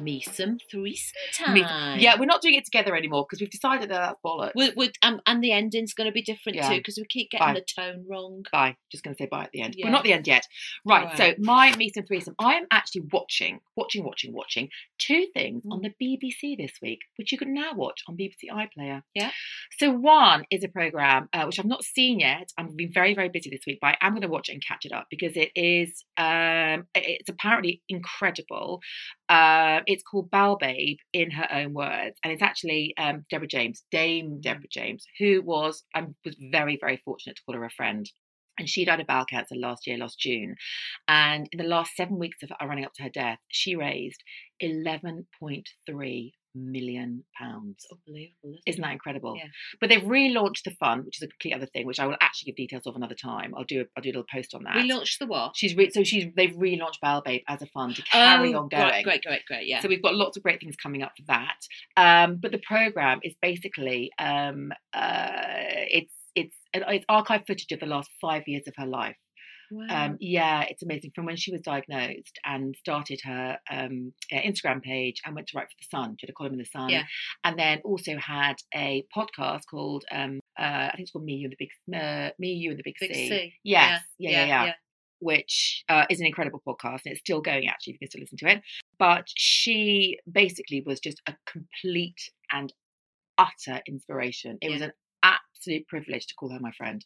Me some threesome
Me-
time.
Yeah, we're not doing it together anymore because we've decided that that's bollocks.
Would, would, um, and the ending's going to be different
Yeah.
too because we keep getting
Fine.
the tone wrong.
Bye. Just going to say bye at the end. We're
Yeah.
not the end yet. Right. So
Alright.
my meet and threesome. I am actually watching, watching, watching, watching two things
Mm.
on the BBC this week, which you can now watch on BBC iPlayer.
Yeah.
So one is a program uh, which I've not seen yet. I've been very, very busy this week, but I am going to watch it and catch it up because it is. Um, it- it's apparently incredible. Uh, it's called Bell Babe in her own words, and it's actually um, Deborah James, Dame Deborah James, who was I was very, very fortunate to call her a friend. And she died of bowel cancer last year, last June. And in the last seven weeks of her running up to her death, she raised $11.3 million pounds.
Unbelievable. Isn't,
Isn't
it?
that incredible?
Yeah.
But they've relaunched the fund, which is a complete other thing, which I will actually give details of another time. I'll do a, I'll do a little post on that.
We launched the what?
She's re- so she's they've relaunched Bell Babe as a fund to carry
Oh,
on going.
great, great, great, great. Yeah.
So we've got lots of great things coming up for that. Um, but the program is basically um, uh, it's it's it's archive footage of the last five years of her life.
Wow.
Um, yeah, it's amazing from when she was diagnosed and started her um, uh, Instagram page and went to write for the Sun. She had a column in the Sun,
Yeah.
and then also had a podcast called um, uh, I think it's called Me You and the Big uh, Me You and the Big,
Big
C.
C.
Yes, yeah, yeah, yeah. Which uh, is an incredible podcast and it's still going actually. If you can still listen to it, but she basically was just a complete and utter inspiration. It was
Yeah.
an absolute privilege to call her my friend.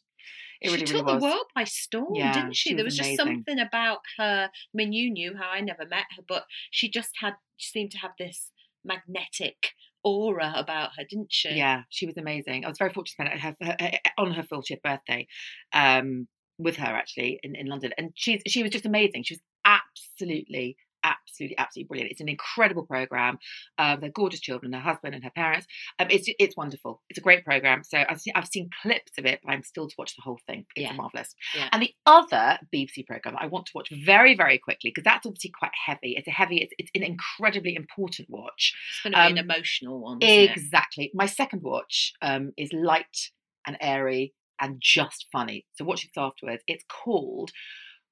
It really,
she
really
took
was.
the world by storm,
Yeah,
didn't she?
she
there was
was
just
amazing.
something about her. I mean, you knew how I never met her, but she just had she seemed to have this magnetic aura about her, didn't she?
Yeah, she was amazing. I was very fortunate to spend her, her, her- on her 40th birthday um, with her actually in, in London, and she's she was just amazing. She was absolutely. Absolutely, absolutely brilliant. It's an incredible program. Um, they're gorgeous children, her husband and her parents. Um, it's it's wonderful. It's a great program. So I've seen, I've seen clips of it, but I'm still to watch the whole thing. It's
Yeah.
marvelous.
Yeah.
And the other BBC program I want to watch very, very quickly because that's obviously quite heavy. It's a heavy. It's, it's an incredibly important watch.
It's going to be an
Um,
emotional one. Isn't it?
Exactly. My second watch um, is light and airy and just funny. So watch this afterwards. It's called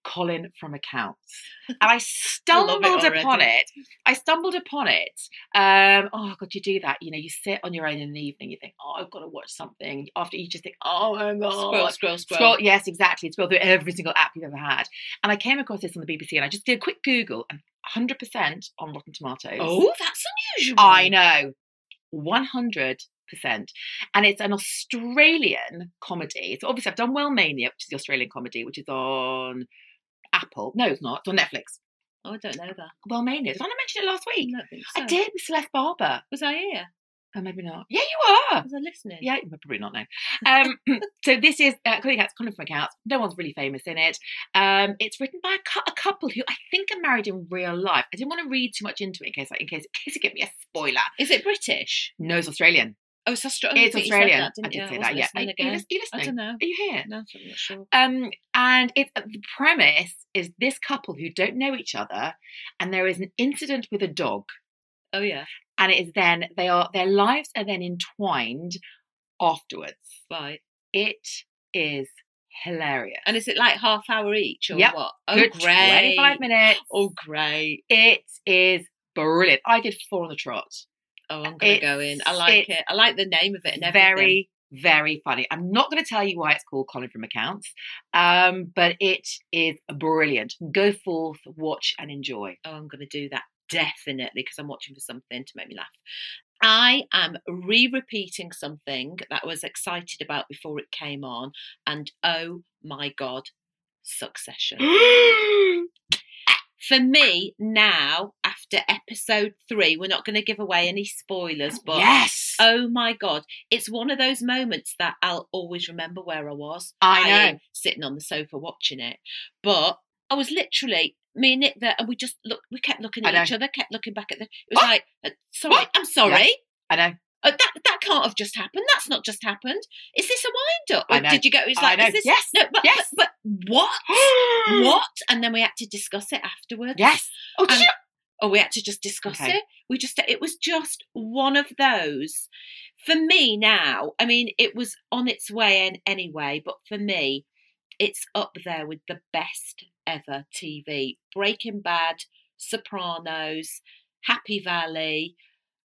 Colin from Accounts, and
*laughs*
I stumbled
already.
upon it. I stumbled upon it. Um, oh God, you do that. You know, you sit on your own in the evening. You think, oh, I've got to watch something. After you just think, oh my God,
Scroll, scroll, scroll.
Scroll, yes, exactly. Scroll through every single app you've ever had. And I came across this on the BBC, and I just did a quick Google, and 100% on Rotten Tomatoes.
Oh, that's unusual.
I know. 100%. And it's an Australian comedy. So obviously, I've done Well Mania, which is the Australian comedy, which is on Apple. No, it's not. It's on Netflix.
Oh, I don't know that.
Well Mania. Did I not mention it last
I
week?
don't think
I
so.
did with Celeste Barber.
Was I here?
Oh, maybe not. Yeah, you were.
*laughs* Was I listening?
Yeah, you probably not know. Um, *clears throat* so this is uh, Colin Cats, Colin from Accounts. No one's really famous in it. Um, it's written by a, cou- a couple who I think are married in real life. I didn't want to read too much into it in case, in case, in case it gave me a spoiler.
Is it British?
No, it's Australian.
Oh, it's, Austra- oh, I
It's
thought you said
Australian.
that,
I
didn't you?
did say
wasn't
that. Yeah. Are
listening
you, are you
again.
lis- are you
I
listening?
don't know.
Are you here?
No, I'm not sure.
Um, and it's the premise is this couple who don't know each other, and there is an incident with a dog,
Oh yeah.
and it is then they are their lives are then entwined afterwards.
Right.
It is hilarious.
And is it like half hour each or
Yep.
what? Oh,
Good
great.
twenty-five minutes.
Oh, great.
It is brilliant. I did four on the trot.
Oh, I'm going to go in. I
It's-
like
it's
it. I like the name of it and everything.
very very funny i'm not going to tell you why it's called colin from accounts um but it is brilliant go forth watch and
*gasps*
enjoy
Oh, I'm going to do that definitely because I'm watching for something to make me laugh. I am re repeating something that I was excited about before it came on. And oh my God, Succession.
*gasps*
For me, now, after episode three, we're not going to give away any spoilers, but
yes
Oh my God. It's one of those moments that I'll always remember where I was.
I
i.e.
know.
Sitting on the sofa watching it. But I was literally, me and Nick there, and we just look. we kept looking
I
at
know.
each other, kept looking back at the. It was
What?
like, uh, sorry,
What?
I'm sorry.
Yes. i know
Uh, that, that can't have just happened. That's not just happened. Is this a wind up?
I
Or
know.
Did you go? It's
I
like,
know.
is this?
Yes.
No, but,
Yes.
but, but
*gasps*
what? *gasps* what? And then we had to discuss it afterwards
yes oh did
And-
you-
or we had to just discuss
Okay.
it. We just it was just one of those. For me now, I mean, it was on its way in anyway, but for me, it's up there with the best ever TV. Breaking Bad, Sopranos, Happy Valley,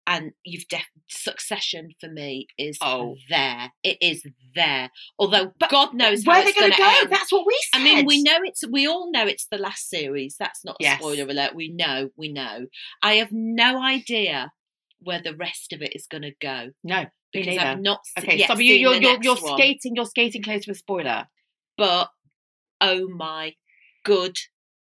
and you've def- Succession for me is
Oh.
there. It is there. Although God knows
where
how
are they
it's going
going
to
to go
End.
that's what we said
I mean, we know it's. We all know it's the last series. That's not a
Yes.
spoiler alert. We know. We know. I have no idea where the rest of it is going to go
no me
because I've
neither
not. s-
okay
yet
so you,
seen
you're
the
you're,
next
you're
one.
skating you're skating close to a spoiler
But oh my good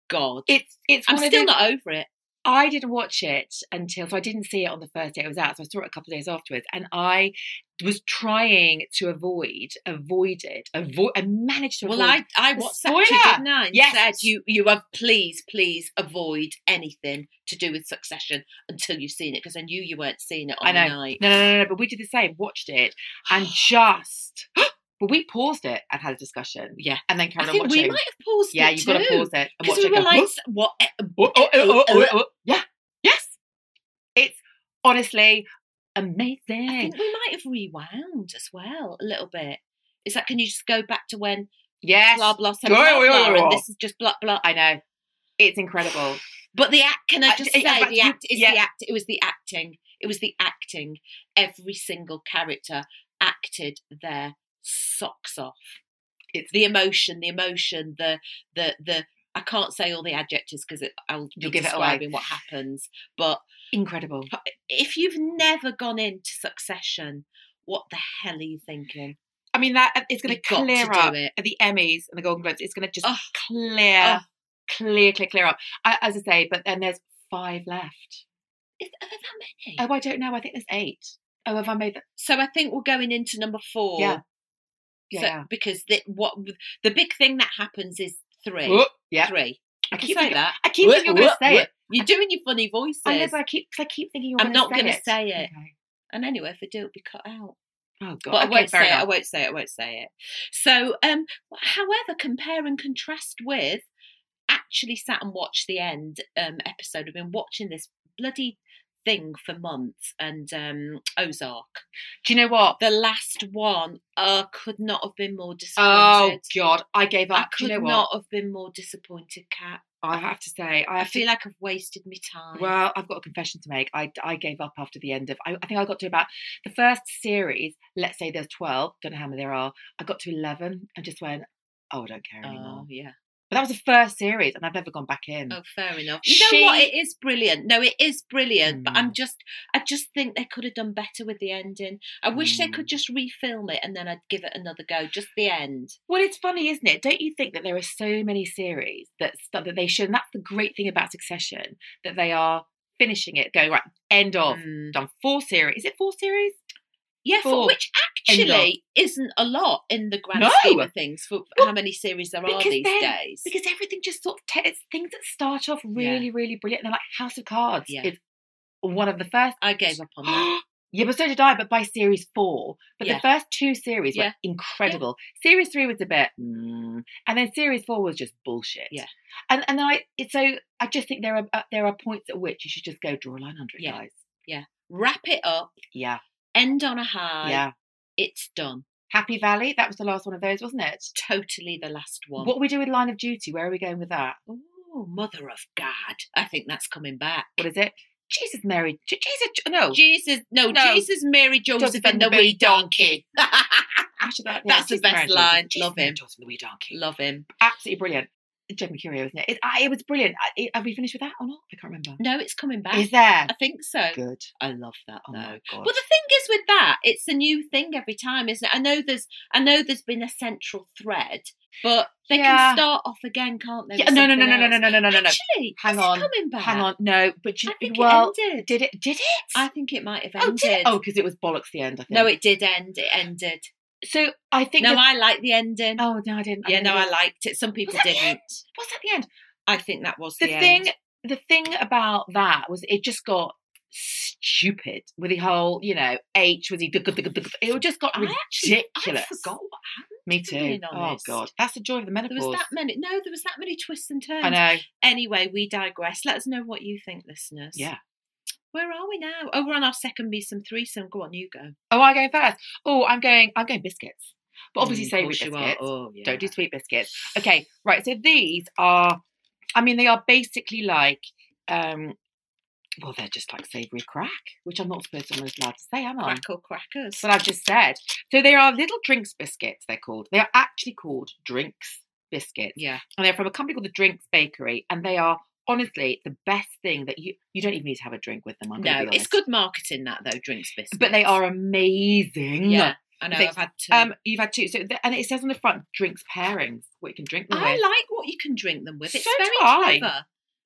god!
it's it's
I'm
one of
still
those-
not over it.
I didn't watch it until, so I didn't see it on the first day I was out. So I saw it a couple of days afterwards. And I was trying to avoid, avoid it, avoid, and managed to
Well,
avoid.
I, I watched that
Spoiler.
to you, didn't I? And
Yes.
said you, you have please, please avoid anything to do with Succession until you've seen it because I knew you weren't seeing it on
I know.
the night.
No, no, no, no. But we did the same. Watched it
*gasps*
and just. *gasps* But we paused it and had a discussion.
Yeah.
and then
I
carried on
think
watching.
we might have paused
yeah,
it
you've got to pause it and watch
Because we
it.
were
and go,
like,
"Whoop,
s- what? eh,
whoop, oh, oh, oh, oh, oh, oh." Yeah. Yes. It's honestly amazing.
I think we might have rewound as well a little bit. Is that can you just go back to when
yes.
blah blah said
Yeah,
blah
yeah, yeah,
blah and
yeah.
this is just blah blah?
I know. It's incredible.
But the act, can I
I-
just
I-
say,
I-
the
you-
act is the
yeah.
act. It was the acting. It was the acting. Every single character acted their socks off. It's the emotion, the emotion, the the the. I can't say all the adjectives because I'll be
You'll give it away.
describing what happens. But
Incredible.
if you've never gone into Succession, what the hell are you thinking?
I mean, that uh, it's going
You've
to
got to
clear
do
up
it.
at the Emmys and the Golden Globes. It's going to just
Ugh.
clear,
Ugh.
clear, clear, clear up. I, as I say, but then there's five left.
Is, are there that many?
Oh, I don't know. I think there's eight. Oh, have I made that?
so I think we're going into number four.
Yeah.
So-
Yeah.
because the, what the big thing that happens is three.
Whoop. Yeah.
Three.
I
I
keep
keep say
thinking-
that.
I keep thinking you're going to say it.
You're doing your funny voices.
I know, but I keep, 'cause I keep thinking you're.
I'm not
going
gonna
to
say it.
Okay.
and anyway, if I do, it'll be cut out.
Oh God!
But I
okay,
won't
fair
say it. I
enough.
won't say it. I won't say it. So, um, however, compare and contrast with actually sat and watched the end um episode. I've been watching this bloody thing for months and um Ozark.
Do you know what?
The last one uh could not have been more
Oh
disappointed.
God! I gave up.
I
Do
could
you know what?
not have been more disappointed, Kat.
I have to say, I
I
have to
feel like I've wasted my time.
Well, I've got a confession to make. I, I gave up after the end of, I, I think I got to about the first series, let's say there's 12, don't know how many there are. I got to 11 and just went, oh, I don't care anymore.
oh yeah.
But that was the first series and I've never gone back in.
Oh, fair enough. You know what?
She-
It is brilliant. No, it is brilliant. But I'm
Mm.
just, I just think they could have done better with the ending. I wish they could
Mm.
just refilm it and then I'd give it another go. Just the end.
Well, it's funny, isn't it? Don't you think that there are so many series that stuff that they should, and that's the great thing about Succession, that they are finishing it, going, right, end of.
Mm.
Done four series. Is it four series?
Yeah, for
Four.
which
End of.
actually isn't a lot in the grand
No.
scheme of things for
Well,
how many series there are
because
these
then-
days.
Because everything just sort of ta- it's things that start off
Yeah.
really, really brilliant. And they're like House of Cards
Yeah.
is one of the first.
I gave up on that.
*gasps* yeah, but so did I. But by series four, but
Yeah.
the first two series
Yeah.
were incredible. Series three was a bit, mm, and then series four was just bullshit.
Yeah.
and and I it's so I just think there are uh, there are points at which you should just go draw a line under it,
Yeah.
guys.
Wrap it up,
Yeah,
end on a high.
yeah.
It's done.
Happy Valley, that was the last one of those, wasn't it?
Totally the last one.
What we do with Line of Duty? Where are we going with that?
Oh, mother of God. I think that's coming back.
What is it? Jesus, Mary, J- Jesus, J- no,
Jesus, no,
Oh. No.
Jesus, Mary, Joseph,
Joseph
and the wee donkey.
After that, yeah,
That's the
Jesus,
best
Mary, Joseph,
line.
Jesus,
Love
Mary,
him.
Joseph, and the wee *laughs* donkey.
*laughs* Love him.
Absolutely brilliant. Jed Mercurio, isn't it? It, I, it was brilliant. I, it- have we finished with that or not? I can't remember.
Mm, No, it's coming back.
Is there?
I think so.
Good.
I love that
Oh
though.
my god.
But the thing is with that, it's a new thing every time, isn't it? I know there's, I know there's been a central thread, but they
Yeah.
can start off again, can't they?
yeah,
with
no, no, no,
something
no, no, no,
else?
no, no, no, no, no.
Actually,
Hang
is it
on.
coming back.
Hang on. No, but you,
I think
well,
it ended.
did it? Did it?
I think it might have ended.
oh, did it? Oh, because it was bollocks the end. I think.
no, it did end. It ended.
So I think.
No,
the-
I like the ending.
Oh no, I didn't.
yeah,
didn't
no,
do
I
it.
liked it. Some people
Was that the
didn't.
end? Was that the end?
I think that was
the
the,
thing
end.
the thing about that was it just got stupid with the whole you know h was e, he it just got
I actually-
ridiculous
I forgot what happened.
me
to
too
be being
oh
honest.
god that's the joy of the
There
menopause
was that many. No, there was that many twists and turns.
i know
Anyway, we digress. Let us know what you think, listeners.
yeah
Where are we now? Oh, we're on our second some threesome. Go on, you go.
oh i go first oh i'm going i'm going biscuits but obviously
Mm, of
savory
course
biscuits
you are. Oh, yeah.
don't do sweet biscuits okay right so these are i mean they are basically like um well they're just like savory crack which i'm not supposed to most allowed to say am i
Crackle crackers.
That's what I've just said. So they are little drinks biscuits, they're called. They are actually called drinks biscuits.
Yeah.
And they're from a company called the Drinks Bakery. And they are honestly the best thing that you you don't even need to have a drink with them. I'm gonna
No,
be
it's
honest.
good marketing that though. Drinks biscuits,
But they are amazing.
Yeah, I know.
They-
I've had two.
Um, you've had two. So th- and it says on the front drinks pairings, what you can drink them
I
with.
like what you can drink them with. It's
So
very
do I.
clever.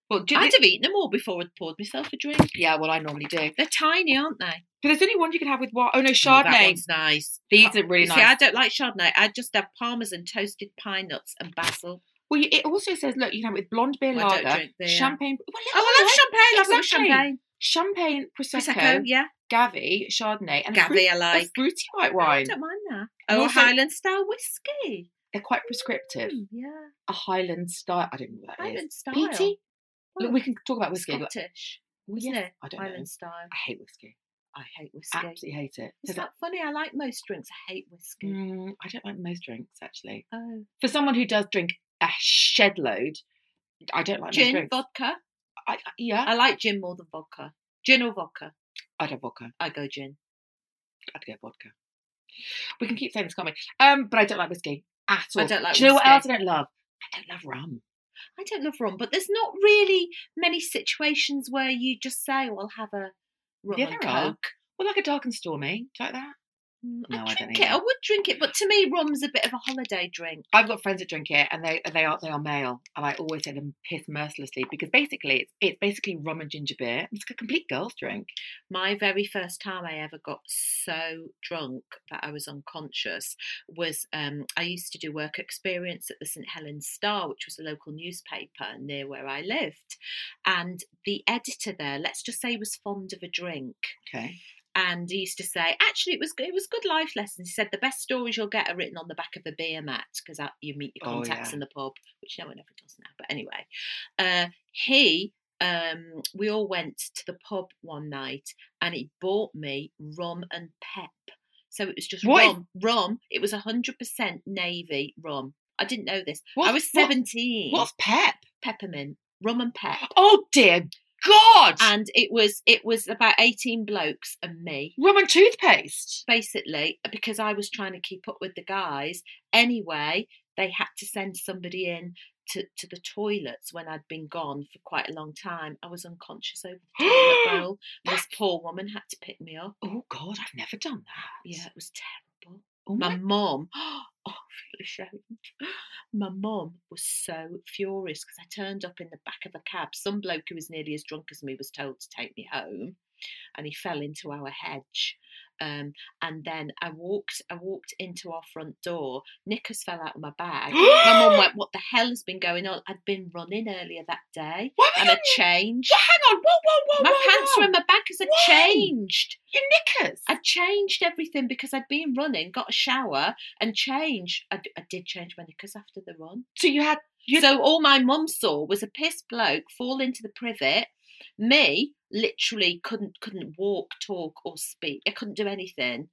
But do, I'd have eaten them all before I'd poured myself a drink.
Yeah, well, I normally do.
They're tiny, aren't they?
But there's only one you can have with what? Oh no,
Oh, that
Chardonnay. Uh,
one's nice.
These are really
You See,
nice.
I don't like Chardonnay. I just have parmesan, toasted pine nuts, and basil.
well, you- it also says, look, you can have it with blonde beer
Well, I don't
lager,
drink beer.
champagne. Well,
Oh, I love champagne. I love
Exactly.
champagne.
champagne, prosecco,
Prosecco, yeah.
Gavi, Chardonnay, and a fruit-
Gavi, I
a
like.
fruity white
I
wine.
don't mind that.
And
Oh,
also-
Highland style whiskey.
They're quite prescriptive.
Mm, yeah.
A Highland style. I don't know what that is.
Highland style.
Peaty? Look,
Well,
we can talk about whiskey. but-
Scottish.
Well,
Isn't
yeah,
it?
I don't
Highland
know.
style.
I hate whiskey.
I hate whiskey.
Absolutely hate it.
Is
Does
that funny? I like most drinks. I hate whiskey.
Mm, I don't like most drinks actually.
Oh,
For someone who does drink a shed load, I don't like most
gin,
drinks.
vodka. Uh
I, I- yeah,
I like gin more than vodka. Gin or vodka?
I'd have vodka.
I go gin.
I'd go vodka. We can keep saying this, can't we? Um, but I don't like whiskey at
I
all.
don't like
Do you know what else
whiskey.
I don't love? I don't love rum.
I don't love rum, but there's not really many situations where you just say, "Well, have a rum
Yeah,
and
there are.
coke."
Well, like a dark and stormy, do you like that.
Mm,
No, I
I
don't
drink it.
either.
I would drink it, but to me, rum's a bit of a holiday drink.
I've got friends that drink it, and they and they are they are male, and I always say them piss mercilessly because basically it's it's basically rum and ginger beer. It's like a complete girls' drink.
My very first time I ever got so drunk that I was unconscious was um, I used to do work experience at the St Helens Star, which was a local newspaper near where I lived. And the editor there, let's just say, was fond of a drink.
Okay.
and he used to say, actually, it was it was good life lessons. He said the best stories you'll get are written on the back of a beer mat because you meet your
Oh,
contacts
yeah.
in the pub, which no one ever does now. But anyway, uh, he um, we all went to the pub one night and he bought me rum and pep. So it was just
What?
rum, rum. It was hundred percent navy rum. I didn't know this. I
What's-
was
what-
seventeen.
What's pep?
peppermint? Rum and pep.
Oh dear God!
And it was it was about eighteen blokes and me.
rum and toothpaste.
basically uh, because I was trying to keep up with the guys anyway they had to send somebody in to, to the toilets when I'd been gone for quite a long time I was unconscious over the toilet bowl and this poor woman had to pick me up
Oh God, I've never done that.
yeah it was terrible
Oh
my
my.
mum *gasps* oh I feel ashamed my mum was so furious because I turned up in the back of a cab some bloke who was nearly as drunk as me was told to take me home and he fell into our hedge. Um, and then I walked, I walked into our front door. Knickers fell out of my
*gasps*
bag. my mum went, "What the hell has been going on?" I'd been running earlier that day,
Why were
and
you
I
*gasps*
changed.
Well, hang on. Whoa, whoa, whoa,
my
whoa,
pants
whoa.
were in my bag because I
Why?
changed.
Your knickers.
I changed everything because I'd been running, got a shower, and changed. I, d- I did change my knickers after the run.
so you had. You,
So all my mum saw was a pissed bloke fall into the privet. Me literally couldn't couldn't walk, talk, or speak. I couldn't do anything.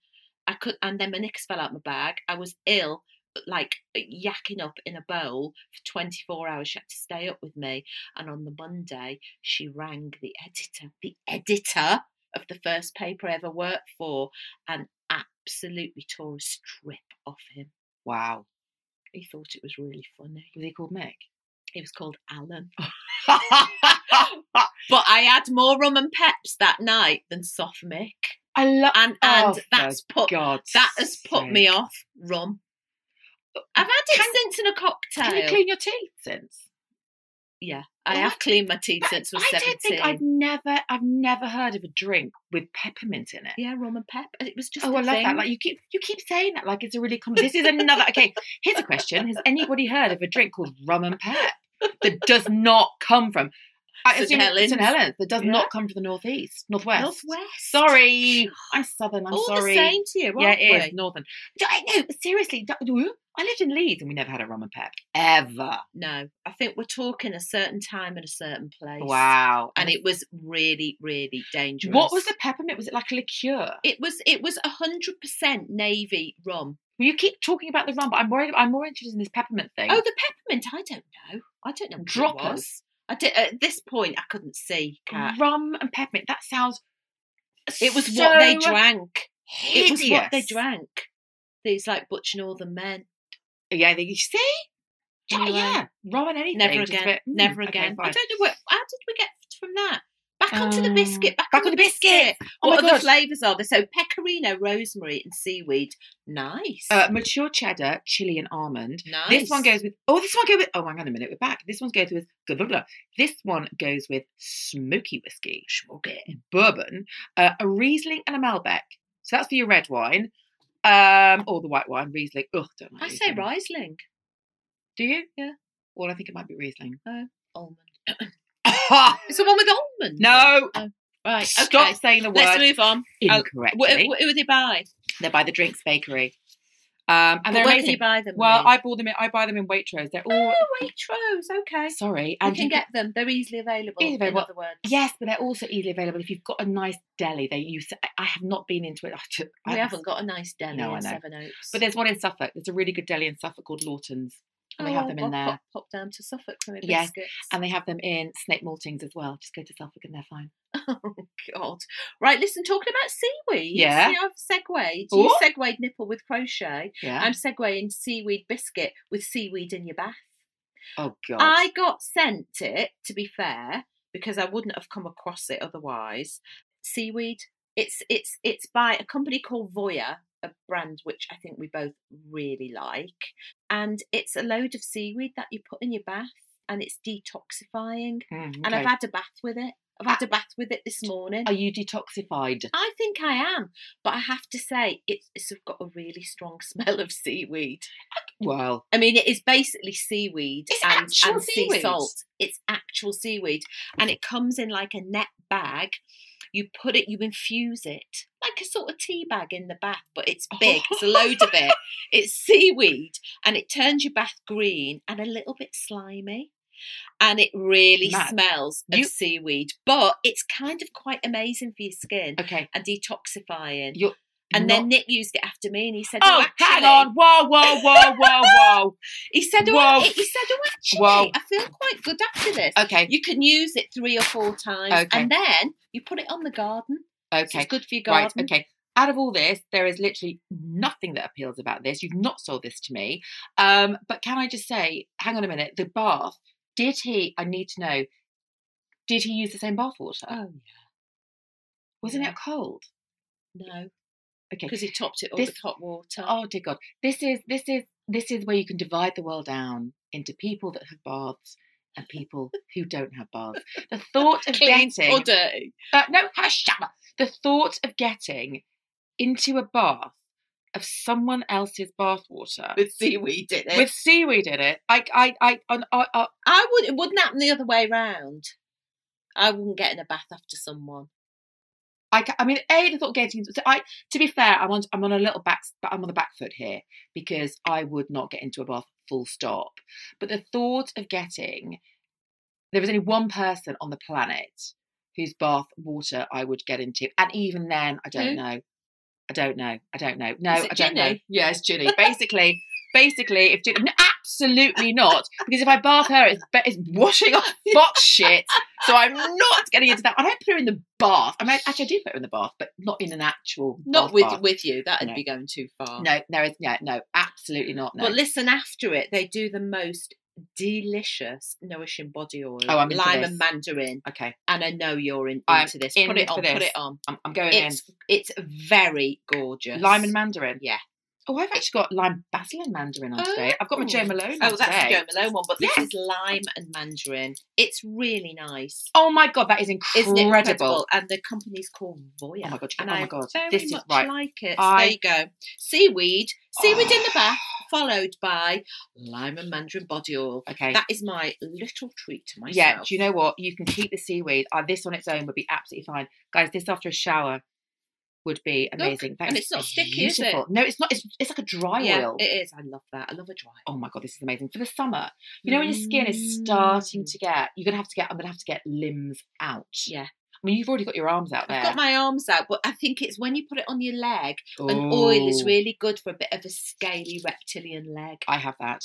I could, and then my knickers fell out my bag. I was ill, like yakking up in a bowl for 24 hours. She had to stay up with me, and on the Monday she rang the editor, the editor of the first paper I ever worked for, and absolutely tore a strip off him.
wow.
He thought it was really funny.
Was he called Mick?
It was called Alan. *laughs* But I had more rum and peps that night than soft mick,
*laughs* I love.
and
Oh,
and
for
that's put
God's
that has put me
sake.
off rum. I've had it since in a cocktail.
Can you clean your teeth since?
I
Oh, I-
have cleaned my teeth
But
since I was
I
seventeen.
don't think I've never, I've never heard of a drink with peppermint in it.
Yeah, rum and pep. It was just.
Oh,
a
I love
thing.
that. Like you keep, you keep saying that. Like it's a really common. This is another. Okay, here's a question: Has anybody heard of a drink called rum and pep that does not come from I
St.
assume it's
Helens.
St. Helens that does
Yeah.
not come from the northeast, northwest,
Northwest.
Sorry, I'm southern. I'm
All
sorry.
the same to you,
yeah,
aren't
it is
we?
northern. Do I know? but Seriously, do- do- I lived in Leeds and we never had a rum and pep ever.
No, I think we're talking a certain time and a certain place.
Wow.
And it was really, really dangerous.
What was the peppermint? Was it like a liqueur?
It was. It was hundred percent navy rum.
Well, you keep talking about the rum, but I'm worried. I'm more interested in this peppermint thing.
Oh, the peppermint. I don't know. I don't know. What
Droppers.
It was. I did, at this point, I couldn't see. Kat.
rum and peppermint. That sounds.
It was what they
so
drank. It was what they
hideous.
drank. These like butch northern men.
Yeah, they, you see. Yeah,
Anyway.
yeah, rum and anything.
Never
just a
again.
bit, mm,
Never
okay,
again. I
fine.
don't know. What, how did we get from that Back onto the
Oh.
biscuit. Back,
Back
on
on
the
the
biscuit.
Oh
what
my
other
God.
flavours are there? So pecorino, rosemary, and seaweed. Nice.
Uh, mature cheddar, chili, and almond.
nice.
This one goes with. Oh, this one goes with. Oh, hang on a minute. We're back. This one goes with. Blah, blah, blah. This one goes with smoky whiskey, smoky bourbon, uh, a riesling, and a malbec. So that's for your red wine, um, or the white wine. Riesling. Ugh, don't like
I say
Riesling.
Riesling.
Do you?
Yeah.
Well, I think it might be riesling.
Almond.
Uh,
It's the one with almond.
*laughs* no.
Right. Okay.
Stop saying the word
Let's move on. I'll-
incorrectly.
Wh- wh- who do they buy?
They're by the Drinks Bakery, um, and they're
Where can
amazing.
you buy them?
well,
Marie?
I bought them. In, I buy them in Waitrose. They're all.
Oh, Waitrose. Okay.
Sorry,
You
and
can get them. They're easily available.
Easily
In
available.
other words.
Yes, but they're also easily available if you've got a nice deli. They use. I- I have not been into it. I t- I
We haven't got a nice deli
No, I
in
know.
Seven Oaks.
But there's one in Suffolk. There's a really good deli in Suffolk called Lawton's, and they have
Oh,
them in
I'll
there, um
Pop, pop down to Suffolk for a
Yes,
biscuits.
and they have them in Snake Maltings as well. Just go to Suffolk and they're fine.
Oh God! Right, listen. Talking about seaweed.
Yeah.
See, I've segued. You
Oh.
segued nipple with crochet.
Yeah.
I'm segueing seaweed biscuit with seaweed in your bath.
oh God.
I got sent it. To be fair, because I wouldn't have come across it otherwise. Seaweed. It's it's it's by a company called Voya, a brand which I think we both really like, and it's a load of seaweed that you put in your bath, and it's detoxifying.
Mm,
And I've
okay. Ah.
had a bath with it. I've had a bath with it this morning.
Are you detoxified?
I think I am, but I have to say it's, it's got a really strong *laughs* smell of seaweed.
Well,
I mean, it is basically seaweed
It's
and,
actual
and sea
seaweed.
salt. It's actual seaweed, and it comes in like a net bag. You put it, you infuse it like a sort of tea bag in the bath, but it's
Oh.
big. It's a load of
*laughs*
it. It's seaweed, and it turns your bath green and a little bit slimy. And it really
Mad.
smells of
You-
seaweed, but it's kind of quite amazing for your skin
okay.
and detoxifying.
You're
and
not-
then Nick used it after me, and he said,
Oh, hang
actually-
on! Whoa, whoa, whoa, whoa, whoa!
He said, oh,
Whoa.
he said, oh, actually,
Whoa.
I feel quite good after this.
*laughs* Okay,
You can use it three or four times,
Okay.
and then you put it on the garden. So
okay.
it's good for your garden.
Right, okay. Out of all this, there is literally nothing that appeals about this. You've not sold this to me. Um, but can I just say, hang on a minute, the bath, did he, I need to know, did he use the same bath water?
Oh
Wasn't
yeah.
it cold?
no,
Okay.
because he topped it up
This-
with hot water.
Oh dear God. This is this is this is where you can divide the world down into people that have baths and people who don't have baths. The thought of *laughs*
Clean
getting
or dirty.
Uh, no, hush, shut up. The thought of getting into a bath of someone else's bath water
with seaweed in it.
with seaweed in it. I, I, I, on, uh, I, I
I would. It wouldn't happen the other way round. I wouldn't get in a bath after someone.
I, ca- I mean, a the thought of getting. So I, to be fair, I'm on, I'm on a little back, but I'm on the back foot here because I would not get into a bath, full stop. But the thought of getting, there is only one person on the planet whose bath water I would get into, and even then, I don't
Who?
know. I don't know. I don't know. No,
Is it
I don't know.
Ginny?
Yeah, it's
*laughs*
Ginny. Basically, basically, if Ginny, no, absolutely not, because if I bath her, it's, be- it's washing
*laughs*
off box shit. So I'm not getting into that. I don't put her in the bath. I mean, actually, I do put her in the bath, but not in an actual
Not
bath
with
bath.
with you. That'd
No.
be going too far.
No, there is no, no, absolutely not. No.
But listen, after it, they do the most delicious nourishing body oil.
Oh, I'm into
lime
this.
and mandarin,
okay,
and I know you're in,
I'm
into this.
in
put it
for
on. Put
this.
it on.
I'm, I'm going
It's it's very gorgeous.
in. Lime and mandarin.
Yeah.
Oh, I've actually got lime basil and mandarin on today. I've got my Joe
Oh.
Malone. on
Oh, that's the
today.
Joe Malone one, but this
Yes.
is lime and mandarin. It's really nice.
Oh my god, that is
Isn't
incredible.
it incredible? And the company's called Voya.
Oh my God,
And
oh my
I
God,
very
this is
much
right.
like it.
I- Ah.
So there you go. Seaweed, seaweed in the bath, followed by lime and mandarin body oil.
Okay.
That is my little treat to myself.
yeah, do you know what? You can keep the seaweed. Uh, this on its own would be absolutely fine. Guys, this after a shower would be
Look,
amazing. That
and
is
it's not sticky, is it?
beautiful. No, it's not. It's, it's like a dry
yeah,
oil.
it is. I love that. I love a dry.
oh my god, this is amazing for the summer. You know when your skin is starting to get, you're gonna have to get. I'm gonna have to get limbs out.
Mm. Yeah.
I mean, you've already got your arms out there.
I've got my arms out, but I think it's when you put it on your leg. An oil is
Ooh,
really good for a bit of a scaly reptilian leg.
I have that.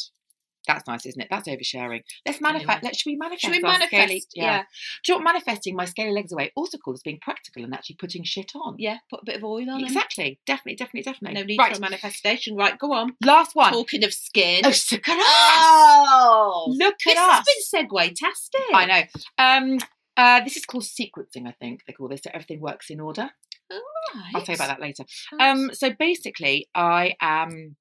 That's nice, isn't it? That's oversharing. Let's
Anyway.
manifest. Let's should we manifest?
Should we
our e-
manifest?
scaly-
yeah.
Do you know what manifesting my scaly legs away also called as being practical and actually putting shit on?
Yeah, put a bit of oil on it.
Exactly. Definitely, definitely, definitely.
No need
right.
for a manifestation. Right, go on.
Last one.
Talking of skin.
Oh, look at us.
Oh,
Look
this
at us.
has been segue tastic.
I know. Um, Uh, this is called sequencing, I think they call this. So everything works in order.
All right.
I'll tell you about that later. Um, so basically, I am.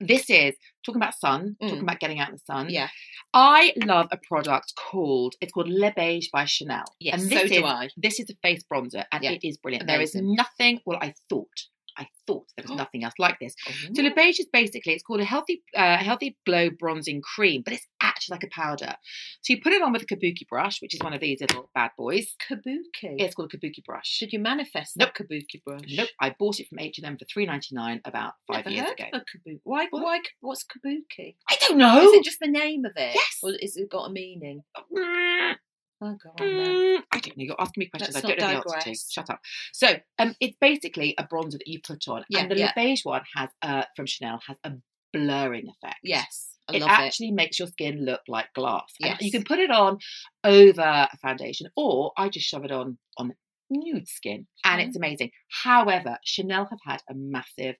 This is talking about sun,
Mm.
talking about getting out in the sun.
Yeah.
I love a product called it's called Le Beige by Chanel.
Yes,
and
so
this
do
is,
I.
This is a face bronzer, and
Yeah.
it is brilliant. There is
Amazing.
nothing. Well, I thought, I thought there
*gasps*
was nothing else like this. So Le Beige is basically it's called a healthy, uh, healthy glow bronzing cream, but it's actually like a powder. So you put it on with a kabuki brush, which is one of these little bad boys.
kabuki.
It's called a kabuki brush.
Should you manifest that kabuki brush?
Nope, I bought it from H and M for three ninety nine about five
Never
years
heard
ago.
of a kabuki. Why?
What?
Why? What's kabuki?
I don't know.
Is it just the name of it?
Yes.
Or is it got a meaning?
*laughs* Mm,
Oh, go on then.
mm, I don't know. You're asking me questions.
Let's
I don't
not
know the answer
digress.
to. Shut up. So, um, it's basically a bronzer that you put on,
Yeah,
and the
yeah.
Le beige one has uh from Chanel has a blurring effect.
Yes, I
it
love
actually makes your skin look like glass. And
Yes.
you can put it on over a foundation, or I just shove it on on nude skin, and
Mm-hmm.
it's amazing. However, Chanel have had a massive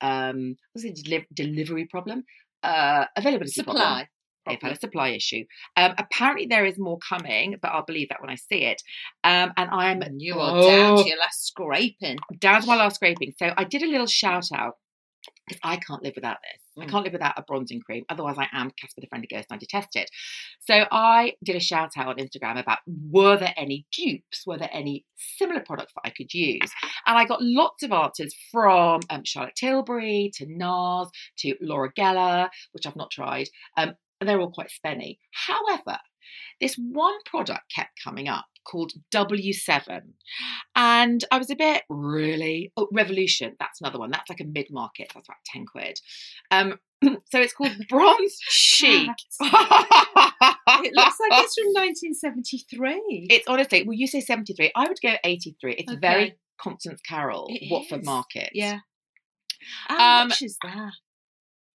um what's it, deli- delivery problem, uh,
it.
availability problem.
Supply.
They've had
problem.
a supply issue. Um, apparently, there is more coming, but I'll believe that when I see it. Um, and I'm
You are down
Oh.
to your last scraping.
down to my last scraping. So I did a little shout out because I can't live without this. I
Mm.
can't live without a bronzing cream. Otherwise, I am Casper the Friendly Ghost and I detest it. So I did a shout out on Instagram about were there any dupes? Were there any similar products that I could use? And I got lots of answers from um, Charlotte Tilbury to *laughs* NARS to Laura Geller, which I've not tried. Um, and they're all quite spenny. However, this one product kept coming up called W7. And I was a bit, really? Oh, Revolution. That's another one. That's like a mid market. That's about 10 quid. Um, *clears throat* so it's called
*laughs*
Bronze Chic. *laughs*
It looks *laughs* like it's from 1973.
It's honestly, well, you say 73. I would go 83. It's
Okay.
very Constance Carroll,
It
Watford
is.
Market.
yeah. How
Um,
much is that?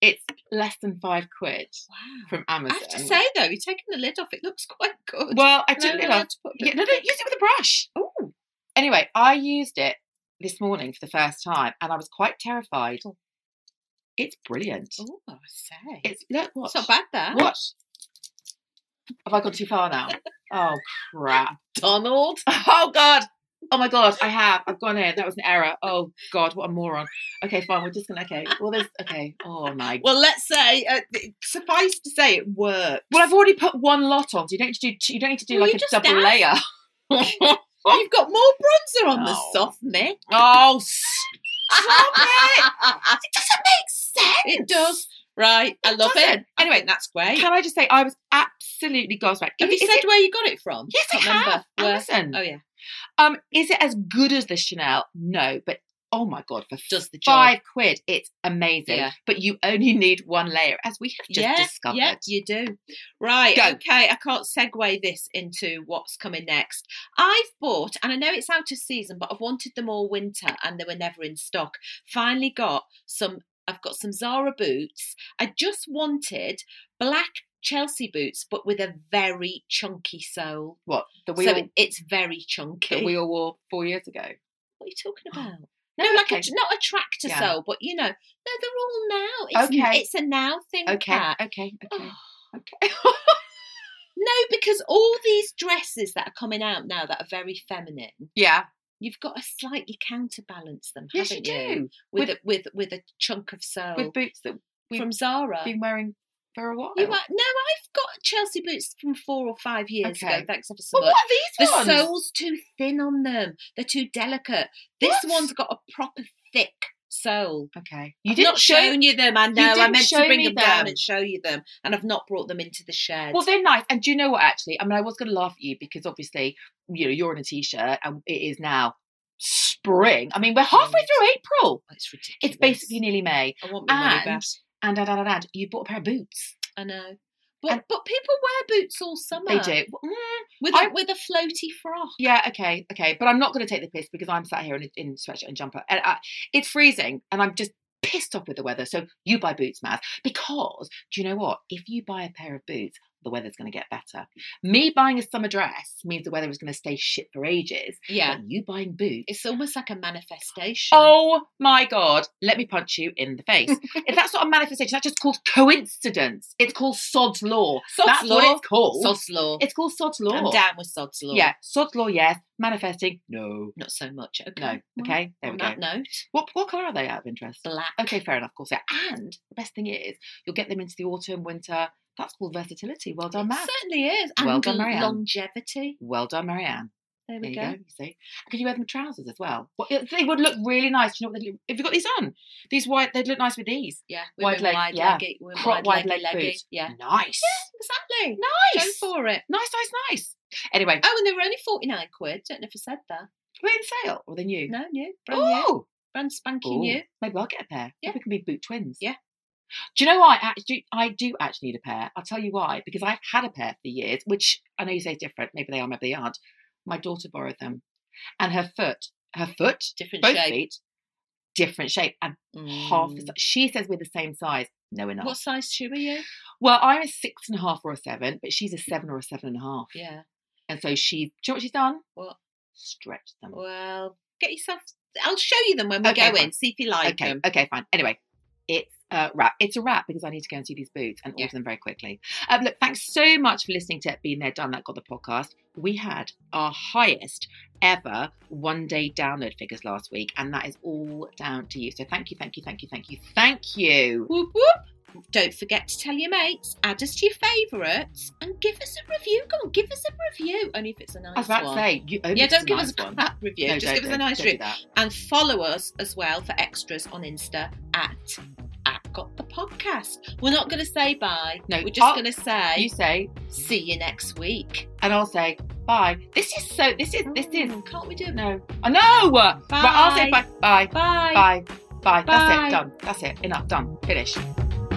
It's less than five quid
Wow.
from
I
Amazon.
have to say though, you're taking the lid off. It looks quite good.
well, I
And I
took it
allowed
off.
to put a bit
Yeah,
of
no, no,
lid-
use it with a brush.
Ooh.
Anyway, I used it this morning for the first time and I was quite terrified. It's brilliant.
Oh, I say.
It's, look, what?
It's not bad that.
What? Have I gone too far now? Oh *laughs* crap.
Donald.
Oh god. Oh my god, I have. I've gone in. That was an error. Oh god, what a moron. Okay, fine, we're just gonna okay. Well there's okay. Oh my god.
Well, let's say, uh, th- suffice to say, it works.
Well I've already put one lot on, so you don't need to do two, you don't need to do
Well, you
like a
just
double
asked.
*laughs* layer.
You've got more bronzer on the
No.
soft mitt.
oh stop it!
*laughs* it doesn't make sense. It does. Right. I love it.
doesn't.
Anyway, that's great.
Can I just say I was absolutely gobsmacked.
have you
Is- is
said
it-
where you got it from?
Yes, I
Can't remember
have.
where-
Amazon.
Oh yeah.
Um, is it as good as the Chanel? No, but oh my god, for
Does the job.
five quid, it's amazing.
Yeah.
But you only need one layer, as we have just
yeah,
discovered.
yeah, you do. Right,
Go.
okay. I can't segue this into what's coming next. I've bought, and I know it's out of season, but I've wanted them all winter, and they were never in stock. Finally, got some. I've got some Zara boots. I just wanted black Chelsea boots, but with a very chunky sole.
What the wheel
so it- it's very chunky.
that we all wore four years ago?
What are you talking about?
No,
No, like
okay.
a, not a tractor
Yeah.
sole, but you know, no, they're all now. It's,
Okay.
it's a now thing.
Okay,
Kat.
okay, okay. *laughs*
okay. no, because all these dresses that are coming out now that are very feminine,
yeah,
you've got to slightly counterbalance them,
yes, you
haven't
do.
With
With-
a, with with a chunk of sole
With boots that we've
Oh. from Zara.
been wearing for a while.
You might, no, I've got Chelsea boots from four or five years ago.
Okay.
Thanks ever so
But
much.
what are these
The
ones?
sole's too thin on them. They're too delicate. This
What?
one's got a proper thick sole.
okay, you
I've
didn't
not
show.
shown you them. I know. I
didn't
meant to
show
bring
me
them, down
them.
and show you them, and I've not brought them into the shed.
Well, they're nice, and do you know what? Actually, I mean, I was going to laugh at you because obviously, you know, you're in a t-shirt, and it is now spring. I mean, we're halfway through April.
it's ridiculous.
It's basically nearly May,
I want my money back.
and- and and and, and, and you bought a pair of boots.
I know. But
and-
but people wear boots all summer.
They do. Well, mm,
with
I-
a, with a floaty frock.
Yeah, okay, okay. But I'm not going to take the piss because I'm sat here in, in sweatshirt and jumper. And I, it's freezing and I'm just pissed off with the weather. So you buy boots, Maz. Because do you know what? If you buy a pair of boots, the weather's going to get better. Me buying a summer dress means the weather is going to stay shit for ages.
Yeah.
But you buying boots.
It's almost like a manifestation.
Oh my God, let me punch you in the
*laughs*
face. if that's not a manifestation, that's just called coincidence. It's called sod's law.
Sod's
that's
law.
what it's called.
Sod's law.
It's called sod's law.
I'm down with Sod's law.
Yeah, sod's law, yes. Manifesting, no.
Not so much. Okay.
No.
Well,
Okay, there
on
we go.
that note,
What, what colour are they out of interest?
black.
Okay, fair enough, of course. Yeah. And the best thing is, you'll get them into the autumn, winter. That's called versatility. Well done, Matt.
Certainly is. And
Well done,
l-
Marianne.
longevity.
Well done, Marianne. There
There we
you
go.
go. You see, could you wear them with trousers as well? Well, it- they would look really nice. You know, what they'd look- if you got these on, these white, they'd look nice with these.
Yeah.
Wide
women
leg,
Wide
yeah.
leggy. women
Crop wide leg,
leggy, leggy.
boots.
Yeah.
nice,
Exactly.
nice,
Go for it.
nice, nice, nice. Anyway,
Oh, and they were only 49 quid. Don't know if I said that.
were they in sale or they new?
No, new. Brand new.
Oh,
Brand spanking new.
maybe I'll get a pair.
Yeah.
Maybe we can be boot twins.
Yeah.
Do you know why? I actually, I do actually need a pair. I'll tell you why. Because I've had a pair for years, which I know you say is different. Maybe they are, maybe they aren't. My daughter borrowed them, and her foot, her foot,
Different
both
shape. Mm.
feet, different shape, and half the size. She says we're the same size. No, we're not.
What size shoe are
Um,
you?
Well, I'm a six and a half or a seven, but she's a seven or a seven and a half.
Yeah.
And so she, do you know what she's done?
What?
Stretched them.
Well, get yourself. I'll show you them when we
Okay,
go in.
fine.
See if you like
okay,
them.
okay, fine. Anyway, it's a wrap. It's a wrap because I need to go and see these boots and
Yeah.
order them very quickly. Um, look, thanks so much for listening to Being There Done That Got the Podcast. We had our highest ever one day download figures last week, and that is all down to you. So thank you, thank you, thank you, thank you, thank you.
Whoop whoop. Don't forget to tell your mates, add us to your favourites, and give us a review. Come on, give us a review. Only if it's a nice
I was about
one.
to say, you owe me
yeah, don't
some
give
nice
us a
one.
crap review.
No,
Just
don't
give us
do-
a nice
don't do
review.
that.
And follow us as well for extras on Insta at at Got the Podcast. We're not going to say bye.
No,
we're
I'll-
just going to say
You say
see you next week.
and I'll say bye. This is so. This is this is.
Mm, can't we do it?
No, I know. Right, I'll say bye, bye,
Bye.
bye, bye. That's
Bye.
it. Done. That's it. Enough. Done. Finish.